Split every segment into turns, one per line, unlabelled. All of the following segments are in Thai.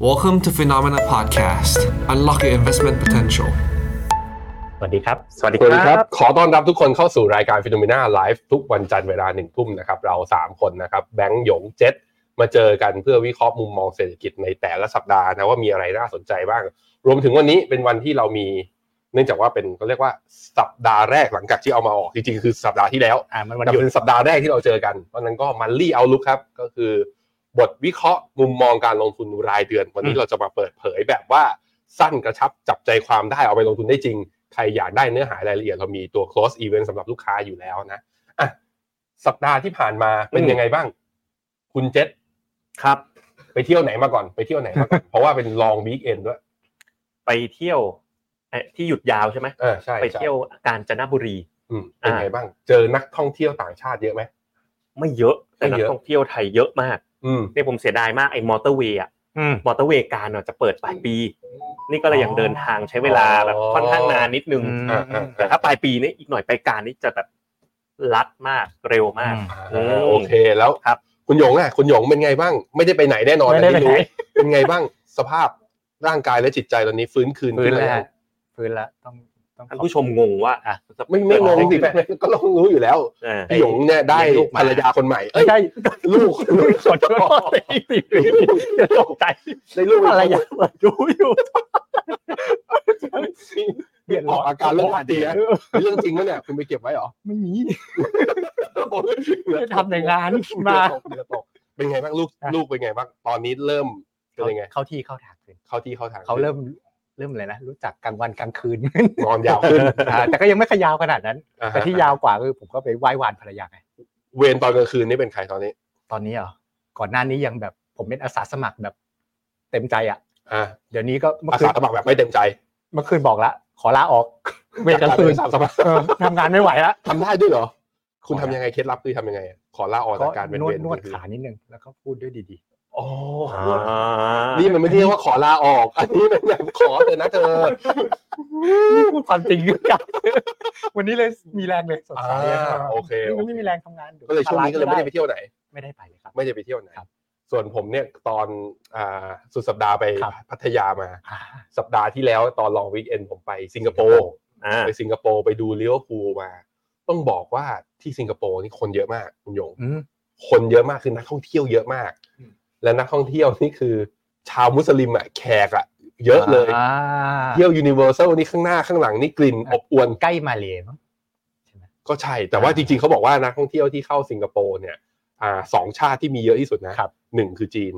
Welcome to Phenomena Podcast. Unlock your investment potential.
สวัสดีครับ
สวัสดีครับ ขอต้อนรับทุกคนเข้าสู่รายการฟิโนเมนาไลฟ์ทุกวันจันทร์เวลาหนึ่งทุ่มนะครับ เรา 3 คนนะครับ แบงค์หยงเจ็ตมาเจอกันเพื่อวิเคราะห์มุมมองเศรษฐกิจในแต่ละสัปดาห์นะว่ามีอะไรน่าสนใจบ้าง รวมถึงวันนี้เป็นวันที่เรามี เนื่องจากว่าเป็นเขาเรียกว่าสัปดาห์แรกหลังจากที่เอามาออกจริงๆ คือสัปดาห์ที่แล้ว
อ่ามันวัน
แต่
หยุด
เป็นสัปดาห์แรกที่เราเจอกัน เพราะฉะนั้นก็มันลี่เอาลุกครับ ก็คือบทวิเคราะห์มุมมองการลงทุนรายเดือน วันนี้เราจะมาเปิดเผยแบบว่าสั้นกระชับจับใจความได้เอาไปลงทุนได้จริง ใครอยากได้เนื้อหารายละเอียดเรามีตัว close event สำหรับลูกค้าอยู่แล้วนะอ่ะสัปดาห์ที่ผ่านมาเป็นยังไงบ้าง คุณเจษ
ครับ
ไปเที่ยวไหนมาก่อนไปเที่ยวไหนมาก่อน เพราะว่าเป็นลอง weekend ด้วย
ไปเที่ยวเอ่อที่หยุดยาวใช่ไหม
อ่าใช่
ไป
ใช่
เที่ยวกาญจนบุรี
อืมเป็นไงบ้าง เจอนักท่องเที่ยวต่างชาติเยอะไหม
ไม่เยอะแต่นั
ไม่เย
ก
อะ
ท่องเที่ยวไทยเยอะมาก
อืม
เนี่ยผมเสียดายมากไอ้มอเตอร์เวย์อะมอเตอร์เวย์การเนี่ยจะเปิดปลายปี นี่ก็เลยยังเดินทางใช้เวลาแบบ
อ๋อ
ค่อนข้างนานนิดนึง
อ่าอ่า
แต่ถ้าปลายปีนี่อีกหน่อยไปการนี่จะแบบลัดมากเร็วมาก
อ่าโอเคแล้ว
ครับ
คุณหยงอ่ะ คุณหยงเป็นไงบ้าง ไม่ได้ไปไหนแน่นอน
ไม่ได้
อันนี้รู้
ไปไหน
เป็นไงบ้างสภาพร่างกายและจิตใจตอนนี้ฟื้นคืน
ฟื้
ขึ้
น
น
แล้ว
แล้
ฮะ
ว
ฟื้นแล้วต้องต้อง
ท่านผู้ชมงงว่าอ่ะจะ
ไม่ไม่งงสิ
เกิดอะไรขึ้น
ก็ต้องรู้อยู่แล้ว
เออ
พี่หยงเนี่ยได้
เลี้ยงลูกมา
ภรรยาคนใหม่เอ้
ไม่
ย
ใช่
ลูกลูก
ขอโทษตกใจ
ได้ลูก
อะไรอย่างดูอยู่
เปลี่ยนออกอาการเรื่องจริงนะเรื่องจริงปะเนี่ยคุณไปเก็บไว้เหรอ
ไม่มี
เหลือตก
จะทำแต่งานมา
เหลือตกเหลือตกเป็นไงบ้างลูกลูกเป็นไงบ้างตอนนี้เริ่มเป็นยังไง
เข้าที่เข้าทางขึ้น
เข้าที่เข้าทาง
เขาเริ่มเริ่มเลยนะรู้จักกลางวันกลางคืน
นอนยาวขึ้น
อ่าแต่ก็ยังไม่ขยาวขนาดนั้น
อ่าฮะ
แต่ที่ยาวกว่าคือผมก็ไปไหว้วานภรรยาไง
เวรตอนกลางคืนนี่เป็นใครตอนนี้
ตอนนี้เหรอก่อนหน้านี้ยังแบบผมเป็นอาสาสมัครแบบ เต็มใจอ่ะ
อ่า
เดี๋ยวนี้ก็เมื่อ
อา
คื
สาน สมัครแบบไม่เต็มใจ
เมื่อคืนบอกละขอลาออกเวรกลางคืน
อาสาสมัคร
เออ ทำงานไม่ไหวละ
ทำได้ด้วยเหรอ คุณ
ขอ
ทำ
ได้
ยังไงเคล็ดลับคือทำยังไงอะขอลาออกจากการเป็น
นว
เวร
ดนวด
คืน
ขานิดนึงแล้วก็พูดด้วยดี
อ๋อ
อ่า
นี่มันไม่ได้ว่าขอลาออก อันนี้มันแบบขอเถอะนะเธอ
ๆนี่พูดความจริง กันวันนี้เลยมีแรงเลยสด
อ่า
ใสเลย
โอเค
นี่
โอ
ก็
เค
ไม่มีแรงทำงานอ
ก็เลยช่วงนี้ก็เลยไม่ได้ไปเที่ยวไหน
ไม่ได้ไปเลยครับ
ไม่ได้ไปเที่ยวไหน
ครับ
ส่วนผมเนี่ยตอนอ่าสุดสัปดาห์ไป
ครับ
พัทยามา
อ่า
สัปดาห์ที่แล้วตอนลองวิกเอนผมไปสิงคโปร์
อ่า
ไปสิงคโปร์ไปดูเลี้ยวภูลมา ต้องบอกว่าที่สิงคโปร์นี่คนเยอะมากคุณหยง
อืม
คนเยอะมากคือนักท่องเที่ยวเยอะมาก
อืม
และนักท่องเที่ยวนี่คือ ชาวมุสลิมอ่ะแขกอ่ะเยอะเลย
อ่า
เที่ยวยูนิเวอร์แซลนี่ข้างหน้าข้างหลังนี่กลิ่นอบอวน
ใกล้มาเลยมั้ง
ก็ใช่ แต่ว่า
อ่า
จริงๆเขาบอกว่านักท่องเที่ยวที่เข้าสิงคโปร์เนี่ยอ่าสองชาติที่มีเยอะที่สุดนะครับ หนึ่งคือจีน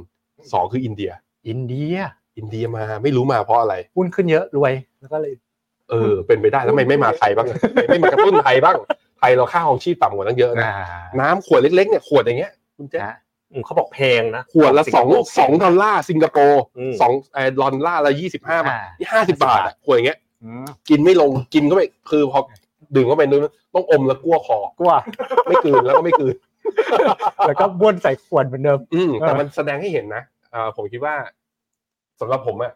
สองคืออินเดีย
อินเดีย
อินเดียมาไม่รู้มาเพราะอะไร
หุ้นขึ้นเยอะรวยแล้วก็เลย
เออ เป็นไปได้แล้วทำไมไม่มาไท ยบ้างอะทำไมไม่มากระตุ้นไทยบ้างไทยเราค่าของชีพต่ำกว่าตั้งเยอะนะ
อ่า
น้ำขวดเล็กๆเนี่ยขวดอย่างเงี้ยคุณเจ๊
นะ
อืมเขาบอกแพงนะ
ขวดละ
สิ
สอง
คโปร์
สองดอลลาร์สิงคโปร์
อืม
สองไอ้ดอลลาร์ละยี่สิบห้าบาท
อ่า
นี่ห้าสิบาทอะขวดอย่างเงี้ย
อืม
กินไม่ลงกินก็ไปคือพอดื่มเข้าไปนู้นต้องอมแล้วกลั้วคอก
ลัว
ไม่กลืนแล้วก็ไม่กลืน
แล้วก็บ้วนใส่ขวดเหมือนเดิม
อืมแต่
เออ
มันแสดงให้เห็นนะอ่าผมคิดว่าสำหรับผมอะ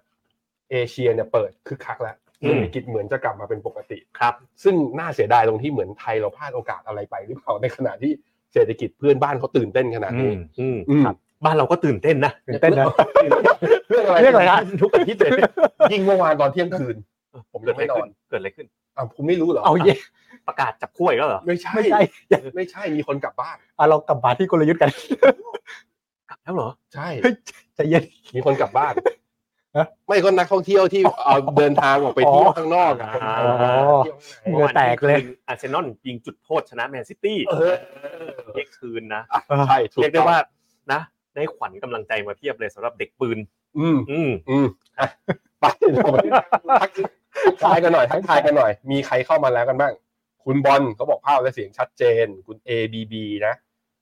เอเชียเนี่ยเปิดคึกคักแล้ว
อื
เศร
ม
ษฐกิจเหมือนจะกลับมาเป็นปกติ
ครับ
ซึ่งน่าเสียดายตรงที่เหมือนไทยเราพลาดโอกาสอะไรไปหรือเปล่าในขณะที่เศรษฐกิจเพื่อนบ้านเขาตื่นเต้นขนาดนี้
อืม
อืม
บ้านเราก็ตื่นเต้นนะ
ตื่นเต้นนะ
เรื่องอะไร
เรื่องอะไรฮะ
ทุกอาทิตย์เลยยิ่งเมื่อวานตอนเที่ยงคืน ผมยังไม่นอน
เกิดอะไรขึ้น
อ้าวคุณไม่รู้เหรอ
เอาเย่
ประกาศจับขั้วอีกแล้วเหรอ
ไม่ใช่
ไม่ใช่
ไม่ใช่มีคนกลับบ้าน
อ่ะเรากลับมาที่กลยุทธ์กัน
แล้วเหรอ
ใช่
เฮ้ยใจเย็น
มีคนกลับบ้าน
ฮะ
ไม่ก็นักท่องเที่ยวที่เอาเดินทางออกไป
อ๋อ
เที่ยวข้างนอกอะ
อ๋อ
เที่ยวข้างใน
เหงื่อแตกเลย
อาร์เซนอลยิงจุดโทษชนะแมนซิตี้
เออ
เรียกคืนนะ
ใช่ถูก
เรียก
ต้
ได้
อง
ว่านะ ได้ขวัญกำลังใจมาเพียบเลยสำหรับเด็กปืน
อืม
อืม
อืมอ่ะไปเราไปทักทักทายกันหน่อยทักทายกันหน่อย มีใครเข้ามาแล้วกันบ้าง คุณบอลเขาบอกภาพและเสียงชัดเจน คุณ ABB นะ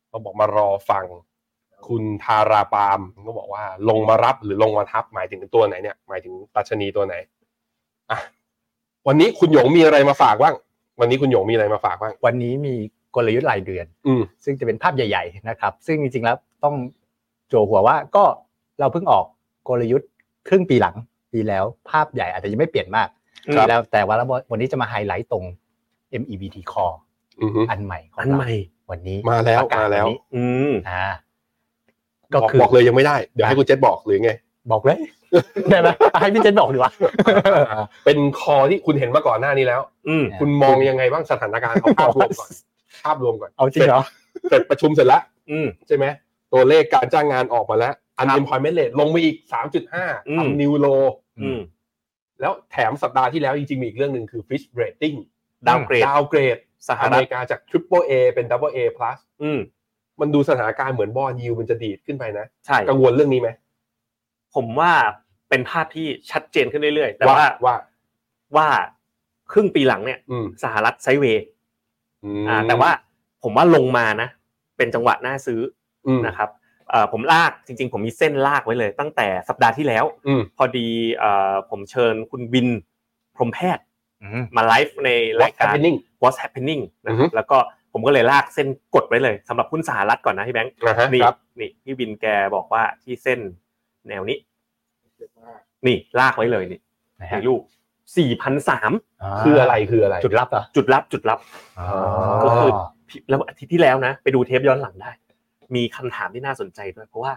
เขาบอกมารอฟัง คุณทาราปามก็บอกว่าลงมารับหรือลงมาทับ หมายถึงตัวไหนเนี่ย หมายถึงตัชนีตัวไหนอ่ะวันนี้คุณหยงมีอะไรมาฝากบ้าง วันนี้คุณหยงมีอะไรมาฝากบ้าง
วันนี้มีกลยุทธ์รายเดือน
อืม
ซึ่งจะเป็นภาพใหญ่ๆนะครับ ซึ่งจริงๆแล้วต้องโจหัวว่าก็เราเพิ่งออกกลยุทธ์ครึ่งปีหลังปีแล้วภาพใหญ่อาจจะยังไม่เปลี่ยนมาก
ครั
ปี
บ
แล้วแต่ว่าเราวันนี้จะมาไฮไลท์ตรง MEVT Core
อือฮึ
อันใหม่ของ
อัน
เรา
ใหม่
วันนี้
มาแล้ว
ประกศ
มาแล้ว
นนี้
อืม
อ่า
บ
ก็
อก
คือ
บอกเลยยังไม่ได้ เดี๋ยวให้
อ่ะ
คุณเจษบอกหรือไง
บอกเลย ได้ไหมให้พี่เจนบอกดีกว่า
เป็นคอที่คุณเห็นมาก่อนหน้านี้แล้ว
อืม
คุณมองยังไงบ้างสถานการณ์เอาภาพรวม ก่อนภาพรวมก่อน
เอาจริงเหรอ
เสร็จประชุมเสร็จแล้ว
อืม
ใช่ไหมตัวเลขการจ้างงานออกมาแล้ว unemployment rate ลงมาอีก 3.5
อืม
ทำนิวโล
อืม
แล้วแถมสัปดาห์ที่แล้วจริงๆมีอีกเรื่องหนึ่งคือ Fitch Rating
ดาวเกรด
ดาวเกรด
สห
อเม
รัฐ
ริกาจาก Triple A เป็น Double A plus
อืม
มันดูสถานการณ์เหมือนบอลยูมันจะดีดขึ้นไปนะ
ใช่
กังวลเรื่องนี้ไหม
ผมว่าเป็นภาพที่ชัดเจนขึ้นเรื่อยๆ แต่ว่า
ว่า
ว่าครึ่งปีหลังเนี่ย
อืม
สหรัฐไซด์เวย์
ม
อ่า แต่ว่าผมว่าลงมานะ เป็นจังหวะน่าซื้อ
อืม
นะครับเอ่อผมลากจริง ๆ ผมมีเส้นลากไว้เลย ตั้งแต่สัปดาห์ที่แล้ว
อืม
พอดีเอ่อผมเชิญคุณวินพรหมแพทย์มาไลฟ์ในราย
What's
การ
happening
What's Happening นะค
อือฮึ
รับแล้วก็ผมก็เลยลากเส้นกดไว้เลยสำหรับหุ้นสหรัฐก่อนนะพี่แบงค์
นะฮะ
นี่
ครับ
นี่พี่บินแกบอกว่าที่เส้นแนวนี้ นี่ลากไว้เลยนี่
ไหนฮะ
ให้ลูกสี่พันสาม
คืออะไรคืออะไร
จุดลับเหรอ
จุดรับจุดรับ
อ๋อ
ก็คือ แล้วอาทิตย์ที่แล้วนะ ไปดูเทปย้อนหลังได้ มีคำถามที่น่าสนใจด้วย เพราะว่า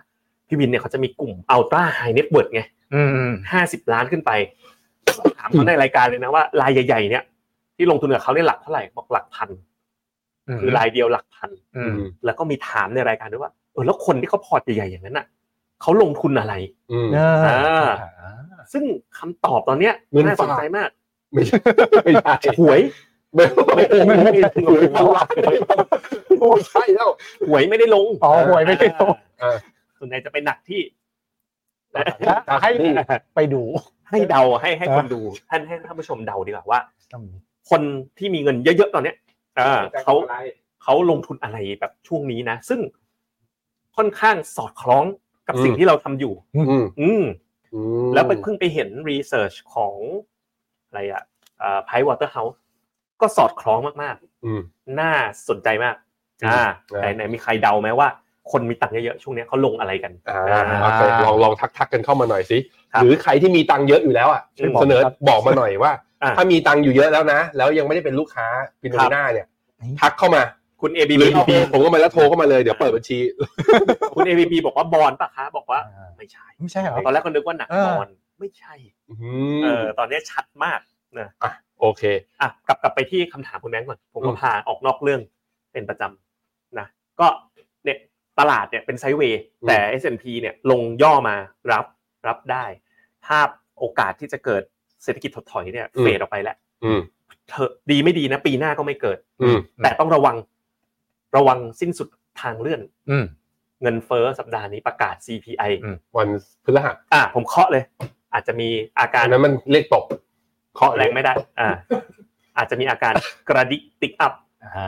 พี่บินเนี่ยเขาจะมีกลุ่มอัลตร้าไฮเน็ตเวิร์ไง
อืมอืม
ห้าสิบล้านขึ้นไป ถามเขาในรายการเลยนะว่ารายใหญ่ ๆ เนี่ย ที่ลงทุนกับเขาเนี่ยหลักเท่าไหร่บอกหลักพัน คือรายเดียวหลักพัน
อืม
แล้วก็มีถามในรายการด้วยว่าเออแล้วคนที่เขาพอร์ตใหญ่ๆอย่างนั้นน่ะเขาลงทุนอะไร
อืม
เนอะ
อ่า ซึ่งคำตอบตอนเนี้ย
เงินฝาก
น่าสนใจมาก
ไม่ใช่ไม่ใช่
ห วย
ไม่ไม่ไม่ไม่ใช่แล้ว
หวยไม่ได้ลง
อ๋อหวยไม่ได้ลง
เออ
ส่วนใหญ่จะไปหนักที่
ให้ไปดู
ให้เดาให้ให้คนดูท่านให้ท่านผู้ชมเดาดีกว่าว่า คนที่มีเงินเยอะๆตอนเนี้ยอ่าเขาเขาลงทุนอะไรแบบช่วงนี้นะ ซึ่งค่อนข้างสอดคล้องกับสิ่ง
อืม
ที่เราทำอยู่
อืม
อืม
อืม
แล้วไปเพิ่งไปเห็นรีเสิร์ชของอะไรอ่ะไพวอเตอร์เฮาส์ก็สอดคล้องมาก
อืม
ๆ น่าสนใจมาก
อืม
อ่า
ครับ
ไหนไหนมีใครเดาไหมว่า คนมีตังค์เยอะๆช่วงเนี้ยเขาลงอะไรกัน
อ่า
อ่า
โอเคลองลองทักทักกันเข้ามาหน่อยสิ
ครับ
หรือใครที่มีตังค์เยอะอยู่แล้วอ่ะ
อืม
เสนอบอกมาหน่อยว่า
อ่า
ถ้ามีตังค์อยู่เยอะแล้วนะ แล้วยังไม่ได้เป็นลูกค้าพินโนนาเนี่ย ทักเข้ามา
คุณ ABB
หรือ
บอก
พีผมก็มาแล้วโทรเข้ามาเลยเดี๋ยวเปิดบั ญชี
คุณ ABB บอกว่าบอลปะคะบอกว่า ไม่ใช่
ไม่ใช่เหรอ
ตอนแรกก็นึกว่าหนัก
เออ
บอลไม่ใช่
อื
เอ
ม
อตอนเนี้ยชัดมากนะ
โอเค
อ่ะกลับกลับไปที่คำถามคุณแบงค์ก่อน ผมก็
อืม
พาออกนอกเรื่องเป็นประจำนะก็เนี่ยตลาดเนี่ยเป็นไซด์เวย์แต่ S&P เนี่ยลงย่อมารับรับได้ ภาพโอกาสที่จะเกิดเศรษฐกิจถดถอยเนี่ยเฟดออกไปแล้ว
อืม
เถอะดีไม่ดีนะ ปีหน้าก็ไม่เกิด
อืม
แต่ต้องระวังระวังสิ้นสุดทางเลื่อน
อืม
เงินเฟ้อสัปดาห์นี้ประกาศ CPI
อืม
วันพฤหัส
อ่าผมเคาะเลย อาจจะมีอาการ
อันนั้นมันเลขตกเคาะ
แรงไม่ได้ อ่า อาจจะมีอาการกระดิกติกอัพ
อ่า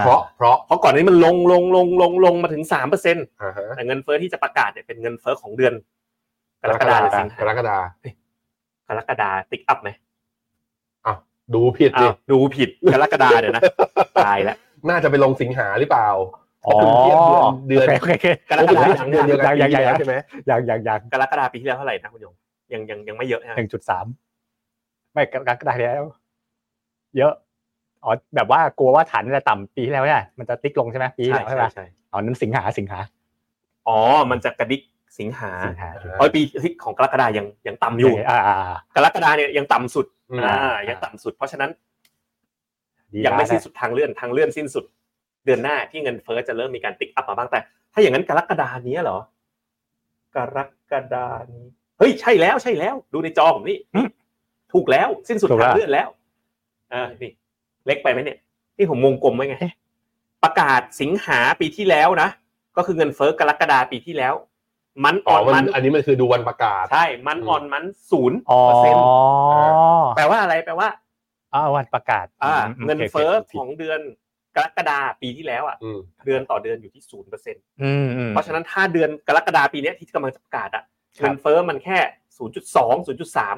เพราะเพราะ
เพราะก่อนหนานี้มันลงลงลงลงลงมาถึงสามเปอร์เซ็นต์
อ่าฮะ
แต่เงินเฟ้อที่จะประกาศเนี่ยเป็นเงินเฟ้อของเดือนกรกฎาคมหรือสิง
ก
หาร
กฎา
กรกฎาติกอัพไหม
ดูผิดดิ
อ้าวดูผิดกรกฎาเดี๋ยวนะตายแล้ว
น่าจะไปลงสิงหาหรือเปล่า
อ๋อ
คุณเทียบเดือน
โอเคโอเค
กรก
เดือน
ฎา
เดือน
ยัง
เดือนเดียวกัน
ยังยังยัง
ใช่ไหม
อย่างอย่างอย่าง
กรกฎาปีที่แล้วเท่าไหร่นะคุณโยงยังยังยังไม่เยอะใช่ไหม
หนึ่งจุดสามไม่กระกระดาษแล้ว เยอะอ๋อแบบว่ากลัวว่าฐานมันจะต่ำปีที่แล้วเนี่ยมันจะติ๊กลงใช่ไหมปีที่
ใช่
แล้ว
ใช่
ใช่ไหม
ใช่
อ๋อนั้นสิงหาสิงหา
อ๋อมันจะกระดิกสิงหา
สิงหา
อ๋อปีที่ของกรกฎายังยังต่ำอยู่
อ่าอ่าอ่าก
รกฎาเนี่ยยังต่ำสุด
อืม
อ่า ยังต่ำสุด เพราะฉะนั้น
ดี
ยังไม่
นะ
สิ้นสุดทางเลื่อน ทางเลื่อนสิ้นสุด เดือนหน้าที่เงินเฟ้อจะเริ่มมีการติ๊กอัพมาบ้างแต่ ถ้าอย่างนั้นกรกฎาเนี้ยเหรอ กรกฎานี้ เฮ้ย ใช่แล้ว ใช่แล้ว ดูในจอผมนี่ ถูกแล้ว สิ้นสุดทางเลื่อนแล้ว อ่า นี่ เล็กไปไหมเนี่ย ที่ผมวงกลมไว้ไง ประกาศสิงหาปีที่แล้วนะ ก็คือเงินเฟ้อกรกฎาปีที่แล้ว มันอ
อ๋อ
อน
มั
มัน น
อันนี้มันคือดูวันประกาศ
ใช่ มันออนมันศูนย์
อ๋อ
เปอร์เซ็นต์
แป
แป
ล
ล
ว่า
ว่าอะไรแปลว่า
อ่าวันประกาศ
อ่า
อืม
เงิน
โค
เฟ้อ
โค
ของเดือนกรกฎาปีที่แล้วอ่ะ
อืม
เดือนต่อเดือนอยู่ที่ศูนย์เปอร์เซ็นต์
อืมอืม
เพราะฉะนั้นถ้าเดือนกรกฎาปีเนี้ยที่กำลังจะประกาศอ่ะ
ครับ
เงินเฟ้อมันแค่ศูนย์จุดสองศูนย์จุดสาม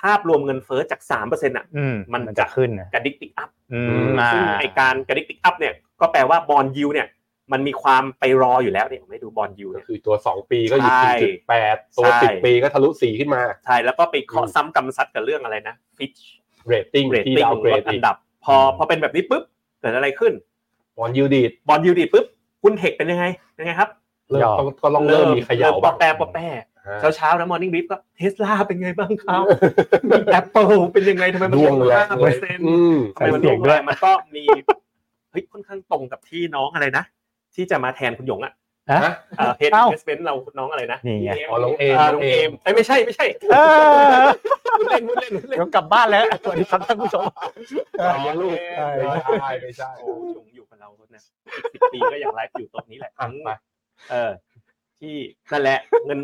ภาพรวมเงินเฟ้อจากสามเปอร์เซ็นต์อ่ะ
อืม
มัน
มัน
จะ
จะขึ้นนะ
กระดิกติกอัพ
อื
อืม
มอ่า
ซึ่งไอการกระดิกติกอัพเนี่ยก็แปลว่าบอลยูเนี่ยมันมีความไปรออยู่แล้วเนี่ยผมให้ดูบอลยู
ก็
เนี่ย
คือตัวสองปีก็อยู่
ใช่
สี่จุดแปดตัว
ใช่
สิบปีก็ทะลุสี่ขึ้นมา
ใช่แล้วก็ไปเคาะ
อืม
ซ้ำกำซัดกับเรื่องอะไรนะฟิช
เรตติ้ง
เรต
ที่
ติ้ง
ดาวเกร
ล
ด
ดอั
อีก
นดับ พอพอเป็นแบบนี้ปุ๊บเกิดอะไรขึ้น
บอลยูดีด
บอลยูดีปุ๊บหุ้นเทคเป็นยังไงยังไงครับ
เริ่มต้องก็ต้องเริ่มมีเขย่า
ปอ
บ้าง
แปรปอแปร เช้าเช้าๆนะมอร์นิ่งริฟก็เทสลาเป็นไงบ้างครับแอปเปิลเป็นยังไงทำไมมัน
ดวงแร
ห้าง เป
เล
อย ร์เซ็น
อืม
ใส่เสียงด้วย
มันก็มีเฮ้ยค่อนข้างตรงกับที่น้องอะไรนะ ที่จะมาแทนคุณหยงอ่ะ
ฮะ
เฮด
เอ้า
เวสเ e นเราน้องอะไรนะ
นี่ไง
อ๋อน้องเอม
า
น้
น้
อ
อง ง
เอ
เอ
ม
มเอ้ยไม่ใช่ไม่ใช่
เออ
พูดเล่นพูดเล่นพูดเล่น
เดี๋ยวกลับบ้านแล้วสวัสดีครับท่านผู้ชม
เลี้ยงลูก
ใช่
ใช่ไม่ใช่
โอ้หยงอยู่กับเรานะสิบปีก็ยังไลฟ์อยู่ตรงนี้แหละทั้งเออ ที่นั่นแหละ เงิน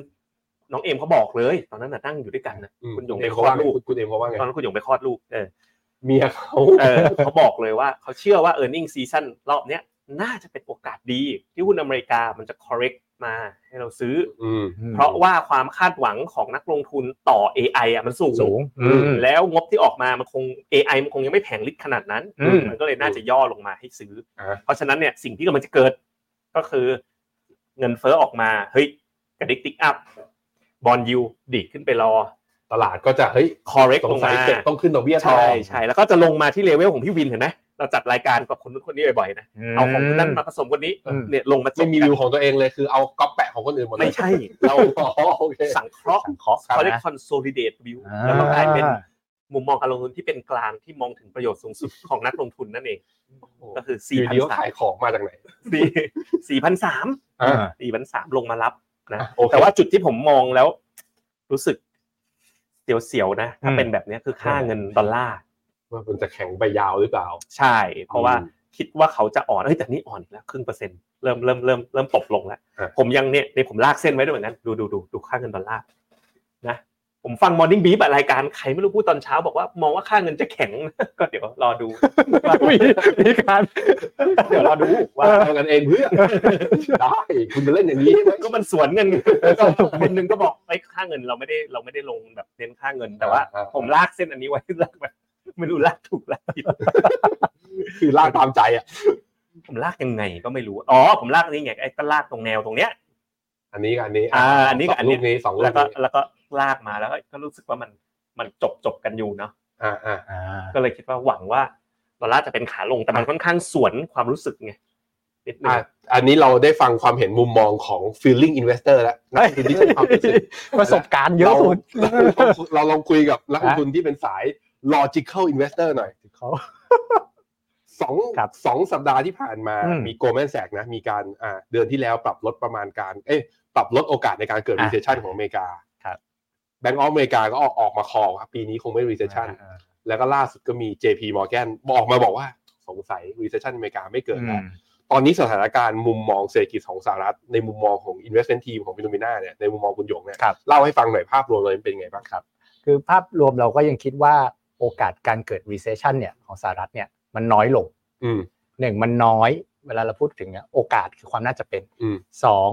น้องเอมเขาบอกเลย ตอนนั้นน่ะนั่งอยู่ด้วยกันนะ
อืม
คุณหยง
เอ
ไป
ม
ค
เขา
ลอด
ว่าไง
ลูก
คุณเอมเขาว่าไง
ตอนนั้นคุณหยงไปคลอดลูกเออ
เมียเขา
เออเขาบอกเลยว่าเขาเชื่อว่า e a r n i n g ็ season รอบเนี้ยน่าจะเป็นโอกาสดี ที่หุ้นอเมริกามันจะ correct มาให้เราซื้อ
อืม
เพราะว่าความคาดหวังของนักลงทุนต่อ AI อ่ะมันสูง
สูง
อืม
แล้วงบที่ออกมามันคง AI มันคงยังไม่แผงลิดขนาดนั้น
อืม
มันก็เลยน่าจะย่อลงมาให้ซื้อ
อ่ะ
เพราะฉะนั้นเนี่ยสิ่งที่กำลังจะเกิดก็คือเงินเฟ้อออกมา เฮ้ยกระดิกติ๊กอัพบอลยูดีดขึ้นไปรอ
ตลาดก็จะเฮ้ย
correct
ส
ล
ง
ง
สัย
มา
เฟดต้องขึ้นดอกเบี้ยต่อ
ใช่ใช่แล้วก็จะลงมาที่เลเวลของพี่วินเห็นไหมเราจัดรายการกับคนนู้นคนนี้บ่อยๆนะเอาของคนนั้นมาผสมคนนี้
อืม
เนี่ยลงมาจ
ไม่
บ
มี
กั
วิ
น
วของตัวเองเลยคือเอาก๊อปแปะของคนอื่นหมดเลย
ไม่ใช่ เรา
อ๋อโอเค
สังเค ราะห์
สังเคราะห์
เขาเรียก
นะ
consolidate view
อ่า
แล้วก็กลายเป็นมุมมองการลงทุนที่เป็นกลางที่มองถึงประโยชน์สูงสุดของนักลงทุนนั่นเอง ก็คือ
อ
4
ยู่
0 0
ดีก็
0สาม
ขายของมาจากไหน
สี่สี่พันสาม
อ่ะ
สี่พันสามลงมารับนะ
อ่ะโอเค
แต่ว่าจุดที่ผมมองแล้ว รู้สึกเสียวๆนะถ้าเป็นแบบเนี้ยคือค่าเงินดอลลาร์
ว่ามันจะแข็งไปยาวหรือเปล่า
ใช่ เพราะว่าคิดว่าเขาจะอ่อนเอ้ยแต่นี่อ่อนอีกแล้วครึ่งเปอร์เซ็นต์เริ่มเริ่มเริ่มเริ่มตกลงแล้ว
ครับ
ผมยังเนี่ยในผมลากเส้นไว้ด้วยเหมือนกันดูดูดูดูค่าเงินดอลลาร์นะผมฟังมอร์นิ่งบีบรายการใครไม่รู้พูดตอนเช้าบอกว่ามองว่าค่าเงินจะแข็ง ก็เดี๋ยวรอดูว่า
มีมีการ
เดี๋ยวรอดูว่า
ว่าทำกันเองเพื่อได้คุณจะเล่นอย่างนี้ใช่ไหม
ก็มันสวนเงิน ก็คนหนึ่งก็บอกไอ้ยค่าเงินเราไม่ได้เราไม่ได้ลงแบบเน้นค่าเงินแต่ว่า ผมลากเส้นอันนี้ ไว้ลากไว้ไม่รู้ลากถูกลากผิด
คือลากตามใจอ่ะ
ผมลากยังไงก็ไม่รู้อ๋อผมลากอันนี้ไงไอ้ก็ลากตรงแนวตรงเนี้ย
อันนี้กับอันนี้
อ่าอันนี้กับอันนี้
รูปนี้สองรูป
แล้วก็
นี้
แล้วก็ลากมาแล้วก็ก็รู้สึกว่ามันมันจบจบกันอยู่เนาะ
อ่าอ่า
ก็เลยคิดว่าหวังว่าดอลลาร์จะเป็นขาลงแต่มันค่อนข้างสวนความรู้สึกไงนิดนึ
อ่าง อันนี้เราได้ฟังความเห็นมุมมองของ feeling investor แล้วนักลงทุนที่ใช้ความรู้สึก
ประสบการณ์เยอะสุด
เราเราลองคุยกับนักลงทุนที่เป็นสาย logical investor หน่อย
เขา
สอง
ครับ
สองสัปดาห์ที่ผ่านมา
อืม
มี Goldman Sachs นะมีการอ่าเดือนที่แล้วปรับลดประมาณการ เอ้ยปรับลดโอกาสในการเกิด
อ่ะ
recession ของอเมริกา
ครับ
แบงก์ออฟอเมริกาก็ออกออกมาคอครับปีนี้คงไม่ recession แล้วก็ล่าสุดก็มี JP Morgan บอกมาบอกว่าสงสัย recession อเมริกาไม่เกิดแล้ว ตอนนี้สถานการณ์มุมมองเศรษฐกิจของสหรัฐในมุมมองของ investment team ของพิโนมิน่าเนี่ยในมุมมองคุณหยงเนี่ย
ครับ
เล่าให้ฟังหน่อยภาพรวมเลยเป็นไงบ้างครับ
คือภาพรวมเราก็ยังคิดว่าโอกาสการเกิด recession เนี่ยของสหรัฐเนี่ยมันน้อยลง
อืม
หนึ่งมันน้อย เวลาเราพูดถึงเนี่ยโอกาสคือความน่าจะเป็น
อืม
สอง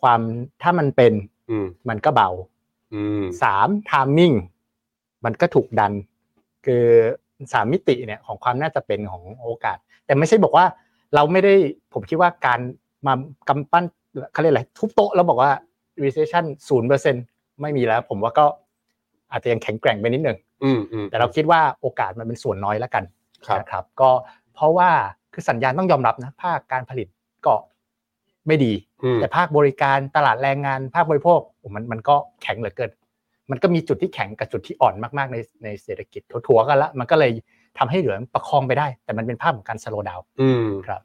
ความถ้ามันเป็น
อืม
มันก็เบา
อืม
สามทามมิ่งมันก็ถูกดัน คือสามมิติเนี่ยของความน่าจะเป็นของโอกาส แต่ไม่ใช่บอกว่าเราไม่ได้ผมคิดว่าการมากำปั้นเขาเรียกอะไรทุบโต๊ะแล้วบอกว่า recession ศูนย์เปอร์เซ็นไม่มีแล้ว ผมว่าก็อาจจะยังแข็งแกร่งไปนิดหนึ่ง
อืมอืม
แต่เราคิดว่าโอกาสมันเป็นส่วนน้อยแล้วกัน
ครับ
นะครับ ก็เพราะว่าคือสัญญาณต้องยอมรับนะภาคการผลิตก็ไม่ดี
อืม
แต่ภาคบริการตลาดแรงงาน ภาคบริโภคโอ้มันมันก็แข็งเหลือเกิน มันก็มีจุดที่แข็งกับจุดที่อ่อนมากๆในในเศรษฐกิจทั่วๆกันละมันก็เลยทำให้เหลือประคองไปได้ แต่มันเป็นภาพของการสโลดาว
อืม
ครับ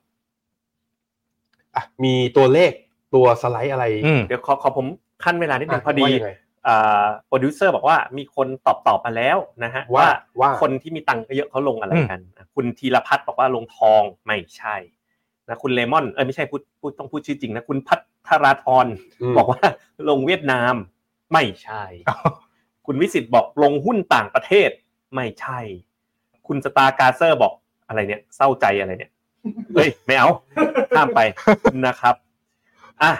อ่ะมีตัวเลขตัวสไลด์อะไร
เดี๋ยวขอขอผมขั้นเวลานิดนึงพอดี
ว่ายังไง
โปรดิวเซอร์บอกว่ามีคนตอบตอบมาแล้วนะฮะ
ว่าว่า
คนที่มีตังค์เยอะเขาลงอะไรกันอ่ะคุณธีรพัฒน์บอกว่าลงทองไม่ใช่นะคุณเลมอนเออไม่ใช่พูดพูดต้องพูดชื่อจริงนะคุณพัทราธร
ม
บอกว่าลงเวียดนามไม่ใช่ คุณวิสิตบอกลงหุ้นต่างประเทศไม่ใช่ คุณสตาร์กาเซอร์บอกอะไรเนี่ยเศร้าใจอะไรเนี่ยเฮ้ยไม่เอาข้ามไปนะครับอ่ะ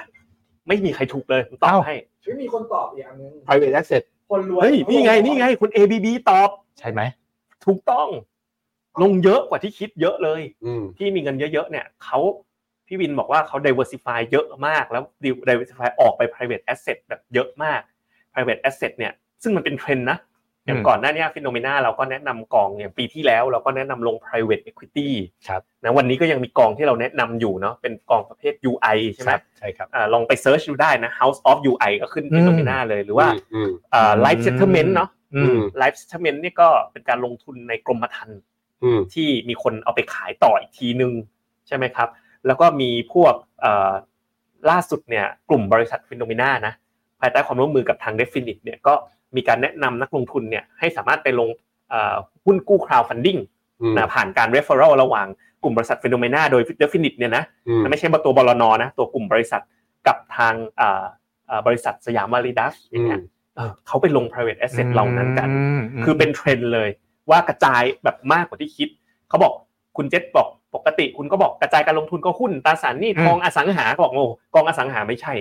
ไม่มีใครถูกเลยผมตอบ
เอ้า
ให้
ช่วยมีคนตอบอีกอันนึง
private asset
คนรวย
เฮ้ยนี่ไงนี่ไง คุณ ABB ตอบ
ใช่ไหม
ถูกต้อง ลงเยอะกว่าที่คิดเยอะเลย
อืม
ที่มีเงินเยอะๆเนี่ยเขาพี่วินบอกว่าเขา diversify เยอะมากแล้ว diversify ออกไป private asset แบบเยอะมาก private asset เนี่ยซึ่งมันเป็นเทรนด์นะ อย่างก่อนหน้าเนี้ฟิโนเมนาเราก็แนะนำกองอย่างปีที่แล้วเราก็แนะนำลง private equity
ครับ
นะวันนี้ก็ยังมีกองที่เราแนะนำอยู่เนาะเป็นกองประเภท UI ใช่ไหม
ใช่ครับ
อ่าลองไปเซิร์ชดูได้นะ House of UI ก็ขึ้น
อืม
ฟิโนเมนาเลยหรือว่า
อืม
อ่า Life Settlement เนาะ
อืม
Life Settlement นี่ก็เป็นการลงทุนในกรมธรรม์
อืม
ที่มีคนเอาไปขายต่ออีกทีนึงใช่ไหมครับ แล้วก็มีพวกเอ่อล่าสุดเนี่ยกลุ่มบริษัทฟินโดมิน่านะภายใต้ความร่วมมือกับทาง d e f i n i t เนี่ยก็มีการแนะนำนักลงทุนเนี่ยให้สามารถไปลงเอ่อหุ้นกู้ crowdfunding
อืม
นะผ่านการ referral ระหว่างกลุ่มบริษัทฟินโดมิน่าโดย d e f i n i t เนี่ยนะ
อืม
ไม่ใช่ตัวบลนนะตัวกลุ่มบริษัทกับทางเอ่อเอ่อบริษัทสยามมารีดัสอย่างเงี้ยเออเขาไปลง private asset เหล่านั้นกัน คือเป็นเทรนด์เลยว่ากระจายแบบมากกว่าที่คิด เขาบอกคุณเจษบอกปกติ คุณก็บอกกระจายการลงทุนก็หุ้นตราสารหนี้
อืม
ทองอสังหาก็บอกโอ้กองอสังหาไม่ใช่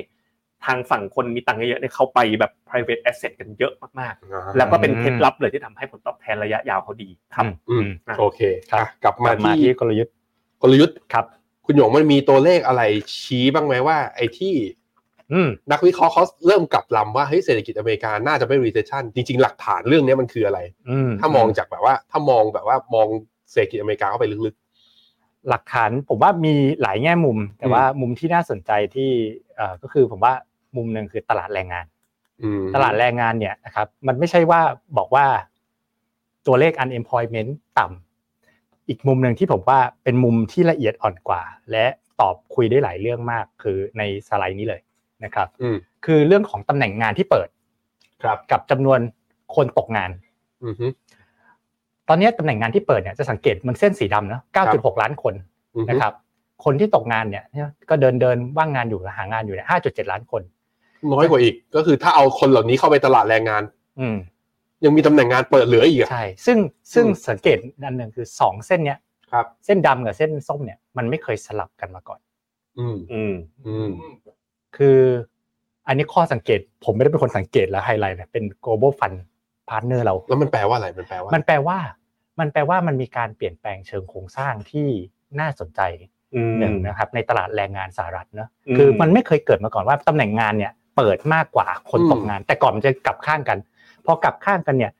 ทางฝั่งคนมีตังค์เยอะๆเนี่ยเขาไปแบบ private asset กันเยอะมากๆ แล้วก็เป็นเคล็ดลับเลยที่ทำให้ผลตอบแทนระยะยาวเขาดีครับ
อืม
อ่ะ
โอเค
ครับ
อ่ะกลับ
ก
มา
ลับมา
ที่
ที่กลยุทธ์
กลยุทธ์
ครับ
คุณหยงมันมีตัวเลขอะไรชี้บ้างไหมว่า ไอ้ที่
อืม
นักวิเคราะห์เขาเริ่มกลับลำว่าเฮ้ยเศรษฐกิจอเมริกาน่าจะไม่ recession จริง ๆ หลักฐานเรื่องเนี้ยมันคืออะไร
อืม
ถ้ามองจากแบบว่า ถ้ามองแบบว่ามองเศรษฐกิจอเมริกาเข้าไปลึก
หลักฐานผมว่ามีหลายแง่มุม แต่
อืม
ว่ามุมที่น่าสนใจที่เอ่อก็คือผมว่ามุมหนึ่งคือตลาดแรงงาน
ๆ อืม
ตลาดแรงงานเนี่ยนะครับมันไม่ใช่ว่าบอกว่าตัวเลข unemployment ต่ำอีกมุมหนึ่งที่ผมว่าเป็นมุมที่ละเอียดอ่อนกว่า และตอบคุยได้หลายเรื่องมากคือในสไลด์นี้เลยนะครับ
อืม
คือเรื่องของตำแหน่งงานที่เปิด
ครับ
กับจำนวนคนตกงาน
อืมฮึ
ตอนนี้ตำแหน่งงานที่เปิดเนี่ยจะสังเกตมันเส้นสีดำเนาะ
ครับ
9.6 ล้านคน
อืมฮึ
นะครับคนที่ตกงานเนี่ยก็เดินเดินๆว่างงานอยู่หางานอยู่เนี่ย5.7 ล้านคน
น้อยกว่าอีก ก็คือถ้าเอาคนเหล่านี้เข้าไปตลาดแรงงาน
อืม
ยังมีตำแหน่งงานเปิดเหลืออีกอะ
ใช่ ซึ่งซึ่ง
อืม
สังเกตอันหนึ่งคือสองเส้นเนี้ย
ครับ
เส้นดำกับเส้นส้มเนี่ยมันไม่เคยสลับกันมาก่อน
อืม
อืม
อืม
คืออันนี้ข้อสังเกตผมไม่ได้เป็นคนสังเกตแล้วไฮไลท์นะเป็น global fund partner เรา
แล้วมันแปลว่าอะไรมันแปลว่า
มันแปลว่า มันแปลว่ามันมีการเปลี่ยนแปลงเชิงโครงสร้างที่น่าสนใจหนึ่งนะครับในตลาดแรงงานสหรัฐเนอะ
อืม
คือมันไม่เคยเกิดมาก่อนว่าตำแหน่งงานเนี่ยเปิดมากกว่าคนตกงาน แต่ก่อนมันจะกลับข้างกันพอกลับข้างกันเนี่ย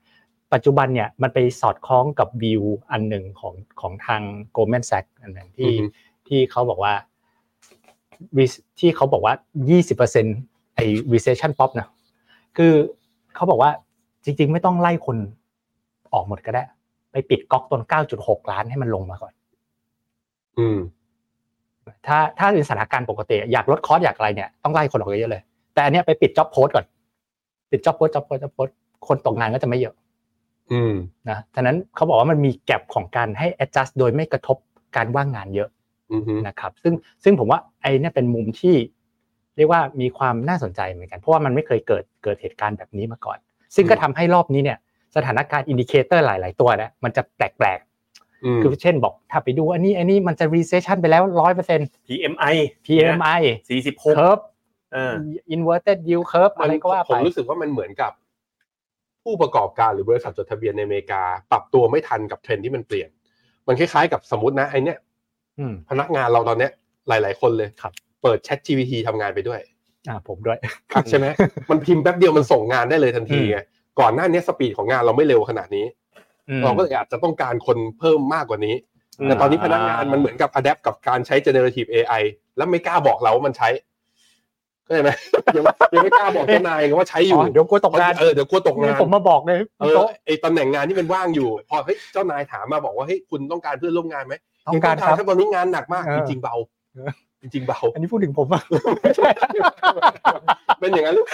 ปัจจุบันเนี่ยมันไปสอดคล้องกับวิวอันหนึ่งของของทาง Goldman Sachs อันหนึ่งที่ที่เขาบอกว่า re- ที่เขาบอกว่า 20%ไอ้ recession pop นะคือเขาบอกว่าจริงๆ ไม่ต้องไล่คนออกหมดก็ได้ ไปปิดก๊อกตน 9.6 ล้านให้มันลงมาก่อน
อืม
ถ้าถ้าเป็นสถานการณ์ปกติ อยากลดคอสอยากอะไรเนี่ยต้องไล่คนออกเยอะๆเลย แต่อันเนี้ยไปปิดจ็อบโพสก่อน ปิดจ็อบโพสจ็อบโพสจ็อบโพสคนตกงานก็จะไม่เยอะ
อืม
นะฉะนั้นเขาบอกว่ามันมีแก็บของการให้ adjust โดยไม่กระทบการว่างงานเยอะ
อืมฮึ
นะครับซึ่งซึ่งผมว่าไอ้เนี่ยเป็นมุมที่ เรียกว่ามีความน่าสนใจเหมือนกัน เพราะว่ามันไม่เคยเกิดเกิดเหตุการณ์แบบนี้มาก่อน ซึ่งก็ทำให้รอบนี้เนี่ยสถานการณ์อินดิเคเตอร์หลาย ๆ ตัวนะมันจะแปลก
อืม
ๆ คือเช่นบอกถ้าไปดูอันนี้อันนี้มันจะ recession ไปแล้วร้อยเปอร์เซ็นต์
PMI
PMI
สี่สิบหก
curve
เออ
inverted yield curve อะไรก็ว่า
ผม
ไป
รู้สึกว่ามันเหมือนกับ ผู้ประกอบการหรือบริษัทจดทะเบียนในอเมริกา ปรับตัวไม่ทันกับเทรนด์ที่มันเปลี่ยน มันคล้ายๆกับสมมตินะไอเนี้ย
อืม
พนักงานเราตอนเนี้ยหลาย ๆ คนเลย
ครับ
เปิด Chat GPT ทำงานไปด้วย
อ่าผมด้วย
ใช่ไหม มันพิมพ์แป๊บเดียวมันส่งงานได้เลยทันทีไงก่อนหน้าเนี้ยสปีดของงานเราไม่เร็วขนาดนี้ เราก็เลยอาจจะต้องการคนเพิ่มมากกว่านี้
อืม
แต่ตอนนี้พนักงานมันเหมือนกับ adapt กับการใช้ generative AI แล้วไม่กล้าบอกเราว่ามันใช้เข้าใจไหม ยังยังไม่กล้าบอกเจ้านายไงว่าใช้อยู่
อ๋อเดี๋ยวกลัวตกงาน
เออเดี๋ยวกลัวตกงาน
ผมมาบอกเลย
เออ
โต๊ะ
ไอตำแหน่งงานที่เป็นว่างอยู่ พอเฮ้ยเจ้านายถามมาบอกว่าเฮ้ยคุณต้องการเพื่อนร่วมงานไหม
ต้องการ
ยั
ครับ
ตอนนี้งานหนักมาก
เออ
จริงๆเบา
เออ
จริงๆเบา
อันนี้พูดถึงผมอะ
เป็นอย่างนั้นหรือ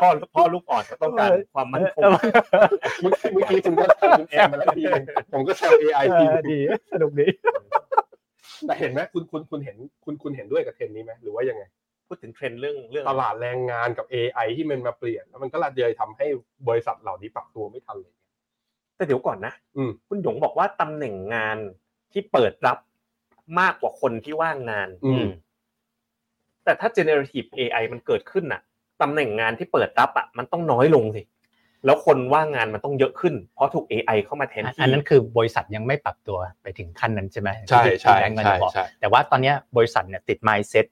พ่อพ่อลูกอ่อนก็ต้องการความมั่นคง
เมื่อกี้เมื่อกี้คุณก็คุณแซวมาแล้วทีนึงผมก็แซว AI ทีนึง
ดีสนุกดี
แต่เห็นไหมคุณคุณคุณเห็นคุณคุณเห็นด้วยกับเทรนด์นี้ไหมหรือว่ายังไง
พูดถึงเทรนด์เรื่องเรื่อง
ตลาดแรงงานกับ AI ที่มันมาเปลี่ยน แล้วมันก็ระเดยทำให้บริษัทเหล่านี้ปรับตัวไม่ทันเลย
แต่เดี๋ยวก่อนนะ
อืม
คุณหยงบอกว่าตำแหน่งงานที่เปิดรับมากกว่าคนที่ว่างงาน
อืม
แต่ถ้า generative AI มันเกิดขึ้นน่ะตำแหน่งงานที่เปิดรับอ่ะมันต้องน้อยลงสิ แล้วคนว่างงานมันต้องเยอะขึ้น เพราะถูก AI เข้ามาแทนที่
อันนั้นคือบริษัทยังไม่ปรับตัวไปถึงขั้นนั้นใช่ไหม
ใช่ใช่
ที่แบงก์มัน
ใช่
บอก
ใช่
แต่ว่าตอนเนี้ยบริษัทเนี่ยติด mindset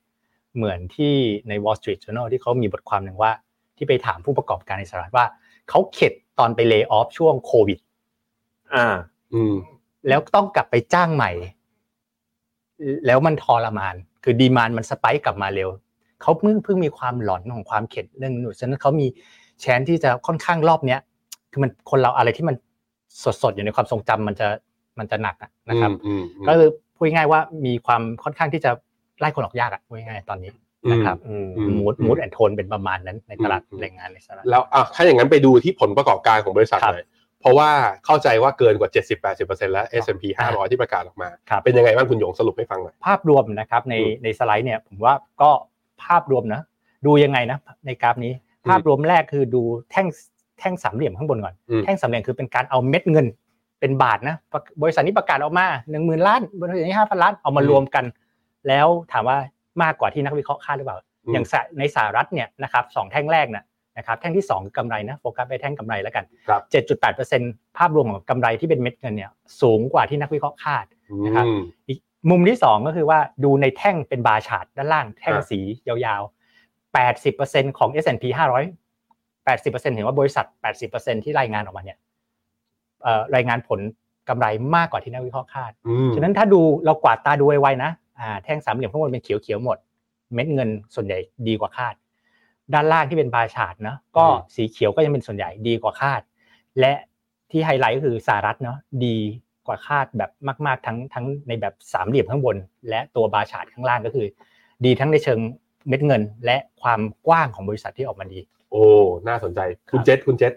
เหมือนที่ใน Wall Street Journal ที่เขามีบทความหนึ่งว่า ที่ไปถามผู้ประกอบการในสหรัฐว่าเขาเข็ด ตอนไปเล y o ออฟช่วงโควิด
อ่า
อืม
แล้วต้องกลับไปจ้างใหม่ แล้วมันทรมาน คือดีมานมันสไปค์กลับมาเร็ว เขาเพิ่งเพิ่งมีความหลอนของความเข็ดเรื่องหนูฉะนั้นเขามีแชนที่จะค่อนข้างรอบเนี้ย คือมันคนเราอะไรที่มันสดๆอยู่ในความทรงจำมันจะมันจะหนักอะนะครับ
อืมอืม
ก็คือพูดง่ายๆว่ามีความค่อนข้างที่จะไล่คนออกยากอะพูดง่ายๆตอนนี้นะครับ
อืม
อื
มูดมูดแอนโทนเป็นประมาณนั้นในตลาด
อืม
แรงงานในสหรัฐ
แล้วอ่ะถ้าอย่างนั้นไปดูที่ผลประกอบการของบริษัท
ครับ
หน่อยเพราะว่าเข้าใจว่าเกินกว่า 70-80%แล้ว S&P 500 ที่ประกาศออกมา
ครับ
เป็นยังไงบ้างคุณหยงสรุปให้ฟังหน่อย
ภาพรวมนะครับใน
อืม
ในสไลด์เนี่ยผมว่าก็ภาพรวมนะ ดูยังไงนะในกราฟนี้
อืม
ภาพรวมแรกคือดูแท่งแท่งสามเหลี่ยมข้างบนก่อน
อืม
แท่งสามเหลี่ยมคือเป็นการเอาเม็ดเงิน เป็นบาทนะประบริษัทนี้ประกาศออกมาหนึ่งหมื่นล้านบริษัทนี้ห้าพันล้านเอามารวมกัน แล้วถามว่ามากกว่าที่นักวิเคราะห์คาดหรือเปล่า
อืม
อย่างสะในสหรัฐเนี่ยนะครับสองแท่งแรกน่ะนะครับแท่งที่ 2กำไรนะโฟกัสไปแท่งกำไรแล้วกัน
ครับ
7.8%ภาพรวมของกำไรที่เป็นเม็ดเงินเนี่ยสูงกว่าที่นักวิเคราะห์คาด นะครับ
อืม
อีกมุมที่ 2 ก็คือว่าดูในแท่งเป็นบาร์ชาร์ตด้านล่างแท่ง
อ่า
สียาวๆ 80%ของ S&P 500 80%เห็นว่าบริษัท 80%ที่รายงานออกมาเนี่ยเอ่อรายงานผลกำไรมากกว่าที่นักวิเคราะห์คาด
อืม
ฉะนั้นถ้าดูเรากวาดตาดูไวๆนะอ่าแท่งสามเหลี่ยมข้างบนเป็นเขียวๆหมด เม็ดเงินส่วนใหญ่ดีกว่าคาด ด้านล่างที่เป็นบาร์ชาร์ตเนาะก็สีเขียวก็ยังเป็นส่วนใหญ่ดีกว่าคาด และที่ไฮไลท์ก็คือสหรัฐเนาะดีกว่าคาดแบบมากๆทั้งทั้งในแบบสามเหลี่ยมข้างบน และตัวบาร์ชาร์ตข้างล่างก็คือ ดีทั้งในเชิงเม็ดเงิน และความกว้างของบริษัทที่ออกมาดี
โอ้ น่าสนใจ คุณเจษคุณเจษ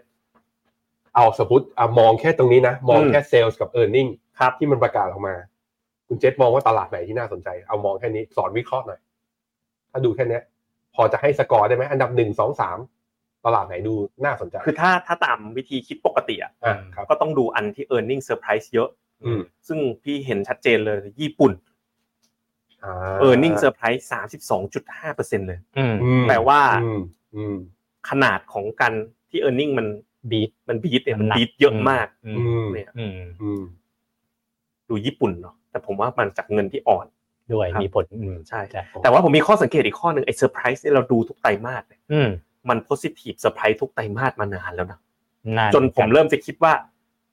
เอาสมมติอ่ะมองแค่ตรงนี้นะ มองแค่เซลล์กับเออร์เน็ง
ครับ
ที่มันประกาศออกมา คุณเจษมองว่าตลาดไหนที่น่าสนใจ เอามองแค่นี้สอนวิเคราะห์หน่อย ถ้าดูแค่เนี้ย พอจะให้สกอร์ได้ไหมอันดับหนึ่งสองสามตลาดไหนดูน่าสนใจ
คือถ้าถ้าตามวิธีคิดปกติอ่ะ
อ่ะครับ
ก็ต้องดูอันที่ e a r n i n g Surprise เยอะ
อืม
ซึ่งพี่เห็นชัดเจนเลยญี่ปุ่น
อ่า
e a r n i n g Surprise 32.5%เลย
อืม
อืม
แปลว่า
อืมอืม
ขนาดของการที่ e a r n i n g มัน
บีท
มันบีทเนี่ย
มั
มัน น
หนัก
บีทเยอะมาก
อื
อื
ม
ม
เนี่ย
อืม
อืม
ดูญี่ปุ่นเนาะแต่ผมว่ามันจากเงินที่อ่อน
ด้วย
ครับ
มีผลอืม
ใช่
ใช่
อ๋อ
แต่ว่าผมมีข้อสังเกตอีกข้อหนึ่งไอ้เซอร์ไพรส์เนี่ยเราดูทุกไตรมาสเนี่ย
อืม
มันโพสิทีฟเซอร์ไพรส์ทุกไตรมาสมานานแล้วนะ
า
จนผมเริ่มจะคิดว่า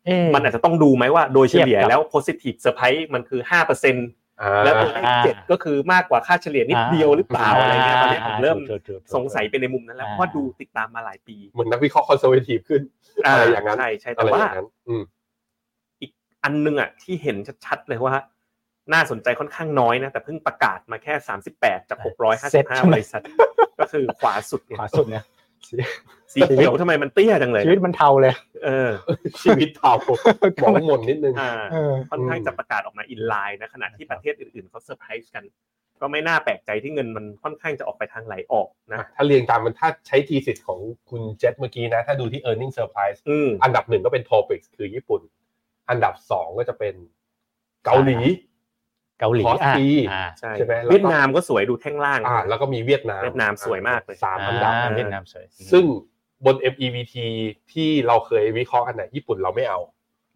เอ๊ะ
มันอาจจะต้องดูไหมว่าโดยเฉลี่ย
เทียบกับ
แล้ว positive surprise มันคือ 5%
อ่า
แล้วตัวเลขเจ็ดก็คือมากกว่าค่าเฉลี่ยนิดเดียวหรือเปล่าอะไรเงี้ยตอนนี้ผมเริ่ม
ถูกถูกถูก
สงสัยไปในมุมนั้นแล้ว
อ่า
เพราะว่าดูติดตามมาหลายปี
เหมือนนักวิเคราะห์คอนเซอร์เวทีฟขึ้น อะไรอย่างนั้น
ใช่ใช่
อะ
แต่
ไรอ
ว่า
ย่างนั้น อืม
อันหนึงอ่ะที่เห็นชัดๆเลยว่า น่าสนใจค่อนข้างน้อยนะ แต่เพิ่งประกาศมาแค่ 38 จาก
เซ็ตใช่
655
ไหม
บริษัท ก็คือขวาสุดเนี่ย
ขวาสุดเนี่ย
สีเขียวทำไมมันเตี้ยจังเลย
ชีวิตมันเทาเลย
เออ
ชีวิตเทา หมองหมนนิดนึง
อ่า
เออ
ค่อนข้างจะประกาศออกมาอินไลน์นะขณะที่
ครับ
ประเทศอื่นๆเขาเซอร์ไพรส์กัน ก็ไม่น่าแปลกใจที่เงินมันค่อนข้างจะออกไปทางไหลออกนะ
อ่ะถ้าเรียงตามมันถ้าใช้ทีสิทธิ์ของคุณเจษเมื่อกี้นะ ถ้าดูที่ e a r n i n g Surprise
อืม
อันดับหนึ่งก็เป็น Topics คือญี่ปุ่น อันดับสองก็จะเป็นเกาหลี
เกาหลี
ขอ
อ่ะ
สี
อ่า
ใช่
ใช่ไหมแล้วก็
เวียดนามก็สวยดูแท่งล่าง
อ่าแล้วก็มีเวียดนาม
เวียดนามสวยมากเลย
สามอันดับ
อ่าเวียดนามสวย
ซึ่งบน MEVT ที่เราเคยวิเคราะห์กันเนี่ยญี่ปุ่นเราไม่เอา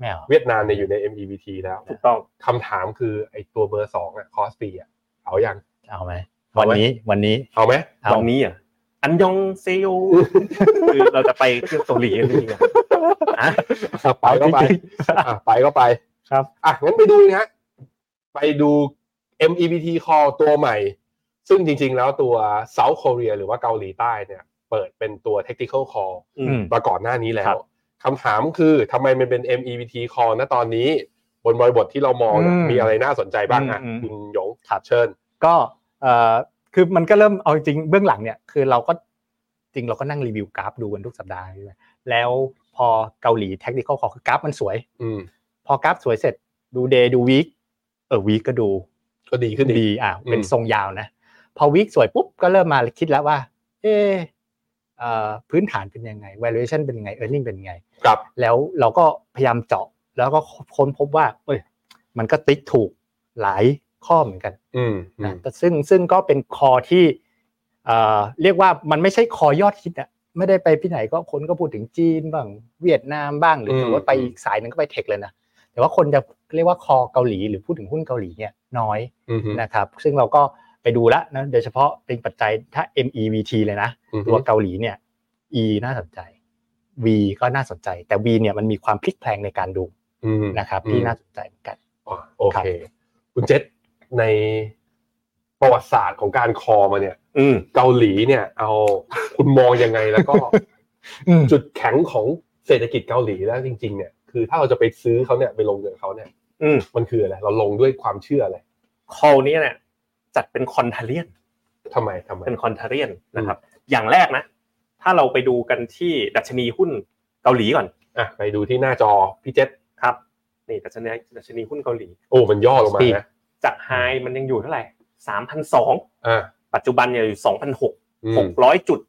ไม่เอา
เวียดนามเนี่ยอยู่ใน MEVT แล้ว
ถูกต้อง
คำถามคือไอตัวเบอร์สองอะคอสปีอะเอายัง
เอาไหม
เอา
วัน
ไหม
นี้วันนี้
เอาไหม
เอา
ตรงนี้อ่ะอันยองเซโยคือเราจะไปเที่ยวเกาหลีกันจริงๆอ่ะอ่ะ
อ่ะไปก็ไป
จริง
อ่ะไปก็ไป
ครับ
อ่ะงั้นไปดูนะ ไปดู MEVT Call ตัวใหม่ ซึ่งจริงๆ แล้วตัว South Korea หรือว่าเกาหลีใต้เนี่ย เปิดเป็นตัว Technical Call
อื
อื
ม
ม
มาก่อนหน้านี้แล้
ครั
ว
บ
คำถามคือทำไมมันเป็น MEVT Call ณตอนนี้ บนบริบทที่เรามองเนี่ย
อืม
มีอะไรน่าสนใจบ้างอ่ะ
อืมอืม
คุณหยงเชิญ
ก็เอ่อคือมันก็เริ่มเอาจริงเบื้องหลังเนี่ยคือเราก็จริงเราก็นั่งรีวิวกราฟดูกันทุกสัปดาห์ใช่ไหมแล้วพอเกาหลีแท็กติคอลคือกราฟมันสวย
อืม
พอกราฟสวยเสร็จดูเดย์ดูวีคเออวีคก็ดู
ก็ดีขึ้นดี
ดีอ่ะเป็น
อืม
ทรงยาวนะ พอวิกสวยปุ๊บก็เริ่มมาคิดแล้วว่า เอะเอ่อพื้นฐานเป็นยังไง valuation เป็นยังไง earning เป็นยังไง
ครับ
แล้วเราก็พยายามเจาะ แล้วก็ค้นพบว่า เอ้ยมันก็ติ๊กถูกหลายข้อเหมือนกัน
อืมอื
นะ
ม
แต่ซึ่งซึ่งก็เป็นคอที่เอ่อเรียกว่ามันไม่ใช่คอยอดฮิตอะไม่ได้ไปที่ไหนก็คนก็พูดถึงจีนบ้างเวียดนามบ้างหรือสมมติไปอีกสายหนึ่งก็ไปเทคเลยนะแต่ว่าคนจะเรียกว่าคอเกาหลี หรือพูดถึงหุ้นเกาหลีเนี่ยน้อย
อืมอืม
นะครับซึ่งเราก็ไปดูแล้วนะโดยเฉพาะเป็นปัจจัยถ้า MEVT เลยนะ
อืม
ตัวเกาหลีเนี่ย E น่าสนใจ V ก็น่าสนใจ แต่ V เนี่ยมันมีความพลิกแพลงในการดู
อืม
นะครับ
อืม
ที่น่าสนใจเหมือนกัน
อ่ะโอเค คุณเจษในประวัติศาสตร์ของการคอมาเนี่ย
อืม
เกาหลีเนี่ย เอา คุณมองยังไงแล้วก็ จุดแข็งของเศรษฐกิจเกาหลีแล้วจริง ๆ เนี่ย คือถ้าเราจะไปซื้อเขาเนี่ยไปลงเงินเขาเนี่ย
อืม
มันคืออะไร เราลงด้วยความเชื่ออะไร
คอลนี้เนี่ยจัดเป็นคอนเทเลียน
ทำไมทำไม
เป็นคอนเทเรียนนะครับ อย่างแรกนะ ถ้าเราไปดูกันที่ดัชนีหุ้นเกาหลีก่อน
อ่ะไปดูที่หน้าจอพี่เจษ
ครับ นี่ดัชนีดัชนีหุ้นเกาหลี
โอ้มันย่อลงมา
สี่
นะ
จากไฮมันยังอยู่เท่าไหร่สามพันสอง
อ่ะ
ปัจจุบันเนี่ยอยู่สองพันหก
อืม
หกร้อยจุด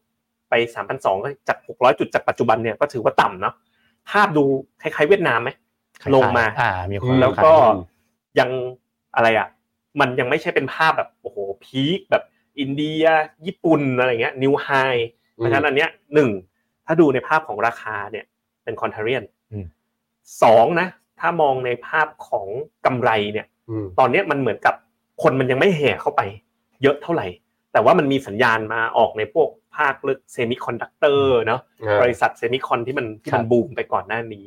ไปสามพันสองก็จากหกร้อยจุดจากปัจจุบันเนี่ยก็ถือว่าต่ำเนาะภาพดูคล้ายๆเวียดนามไหม
ขยๆ
ลงมา
อ่า มีความ
แล้วก็
ขาย
ยังอะไรอ่ะ มันยังไม่ใช่เป็นภาพแบบโอ้โหพีคแบบอินเดียญี่ปุ่นอะไรเงี้ยนิวไฮ เพราะฉะนั้นอันเนี้ยหนึ่งถ้าดูในภาพของราคาเนี่ยเป็นคอนเทเรียนสองนะ ถ้ามองในภาพของกำไรเนี่ย
อืม
ตอนเนี้ยมันเหมือนกับคนมันยังไม่แห่เข้าไป เยอะเท่าไหร่ แต่ว่ามันมีสัญญาณมาออกในพวกภาคเลือกเซมิคอนดักเตอร์เนาะ
อ่ะ
บริษัทเซมิคอนที่มันที่มันบูมไปก่อนหน้านี้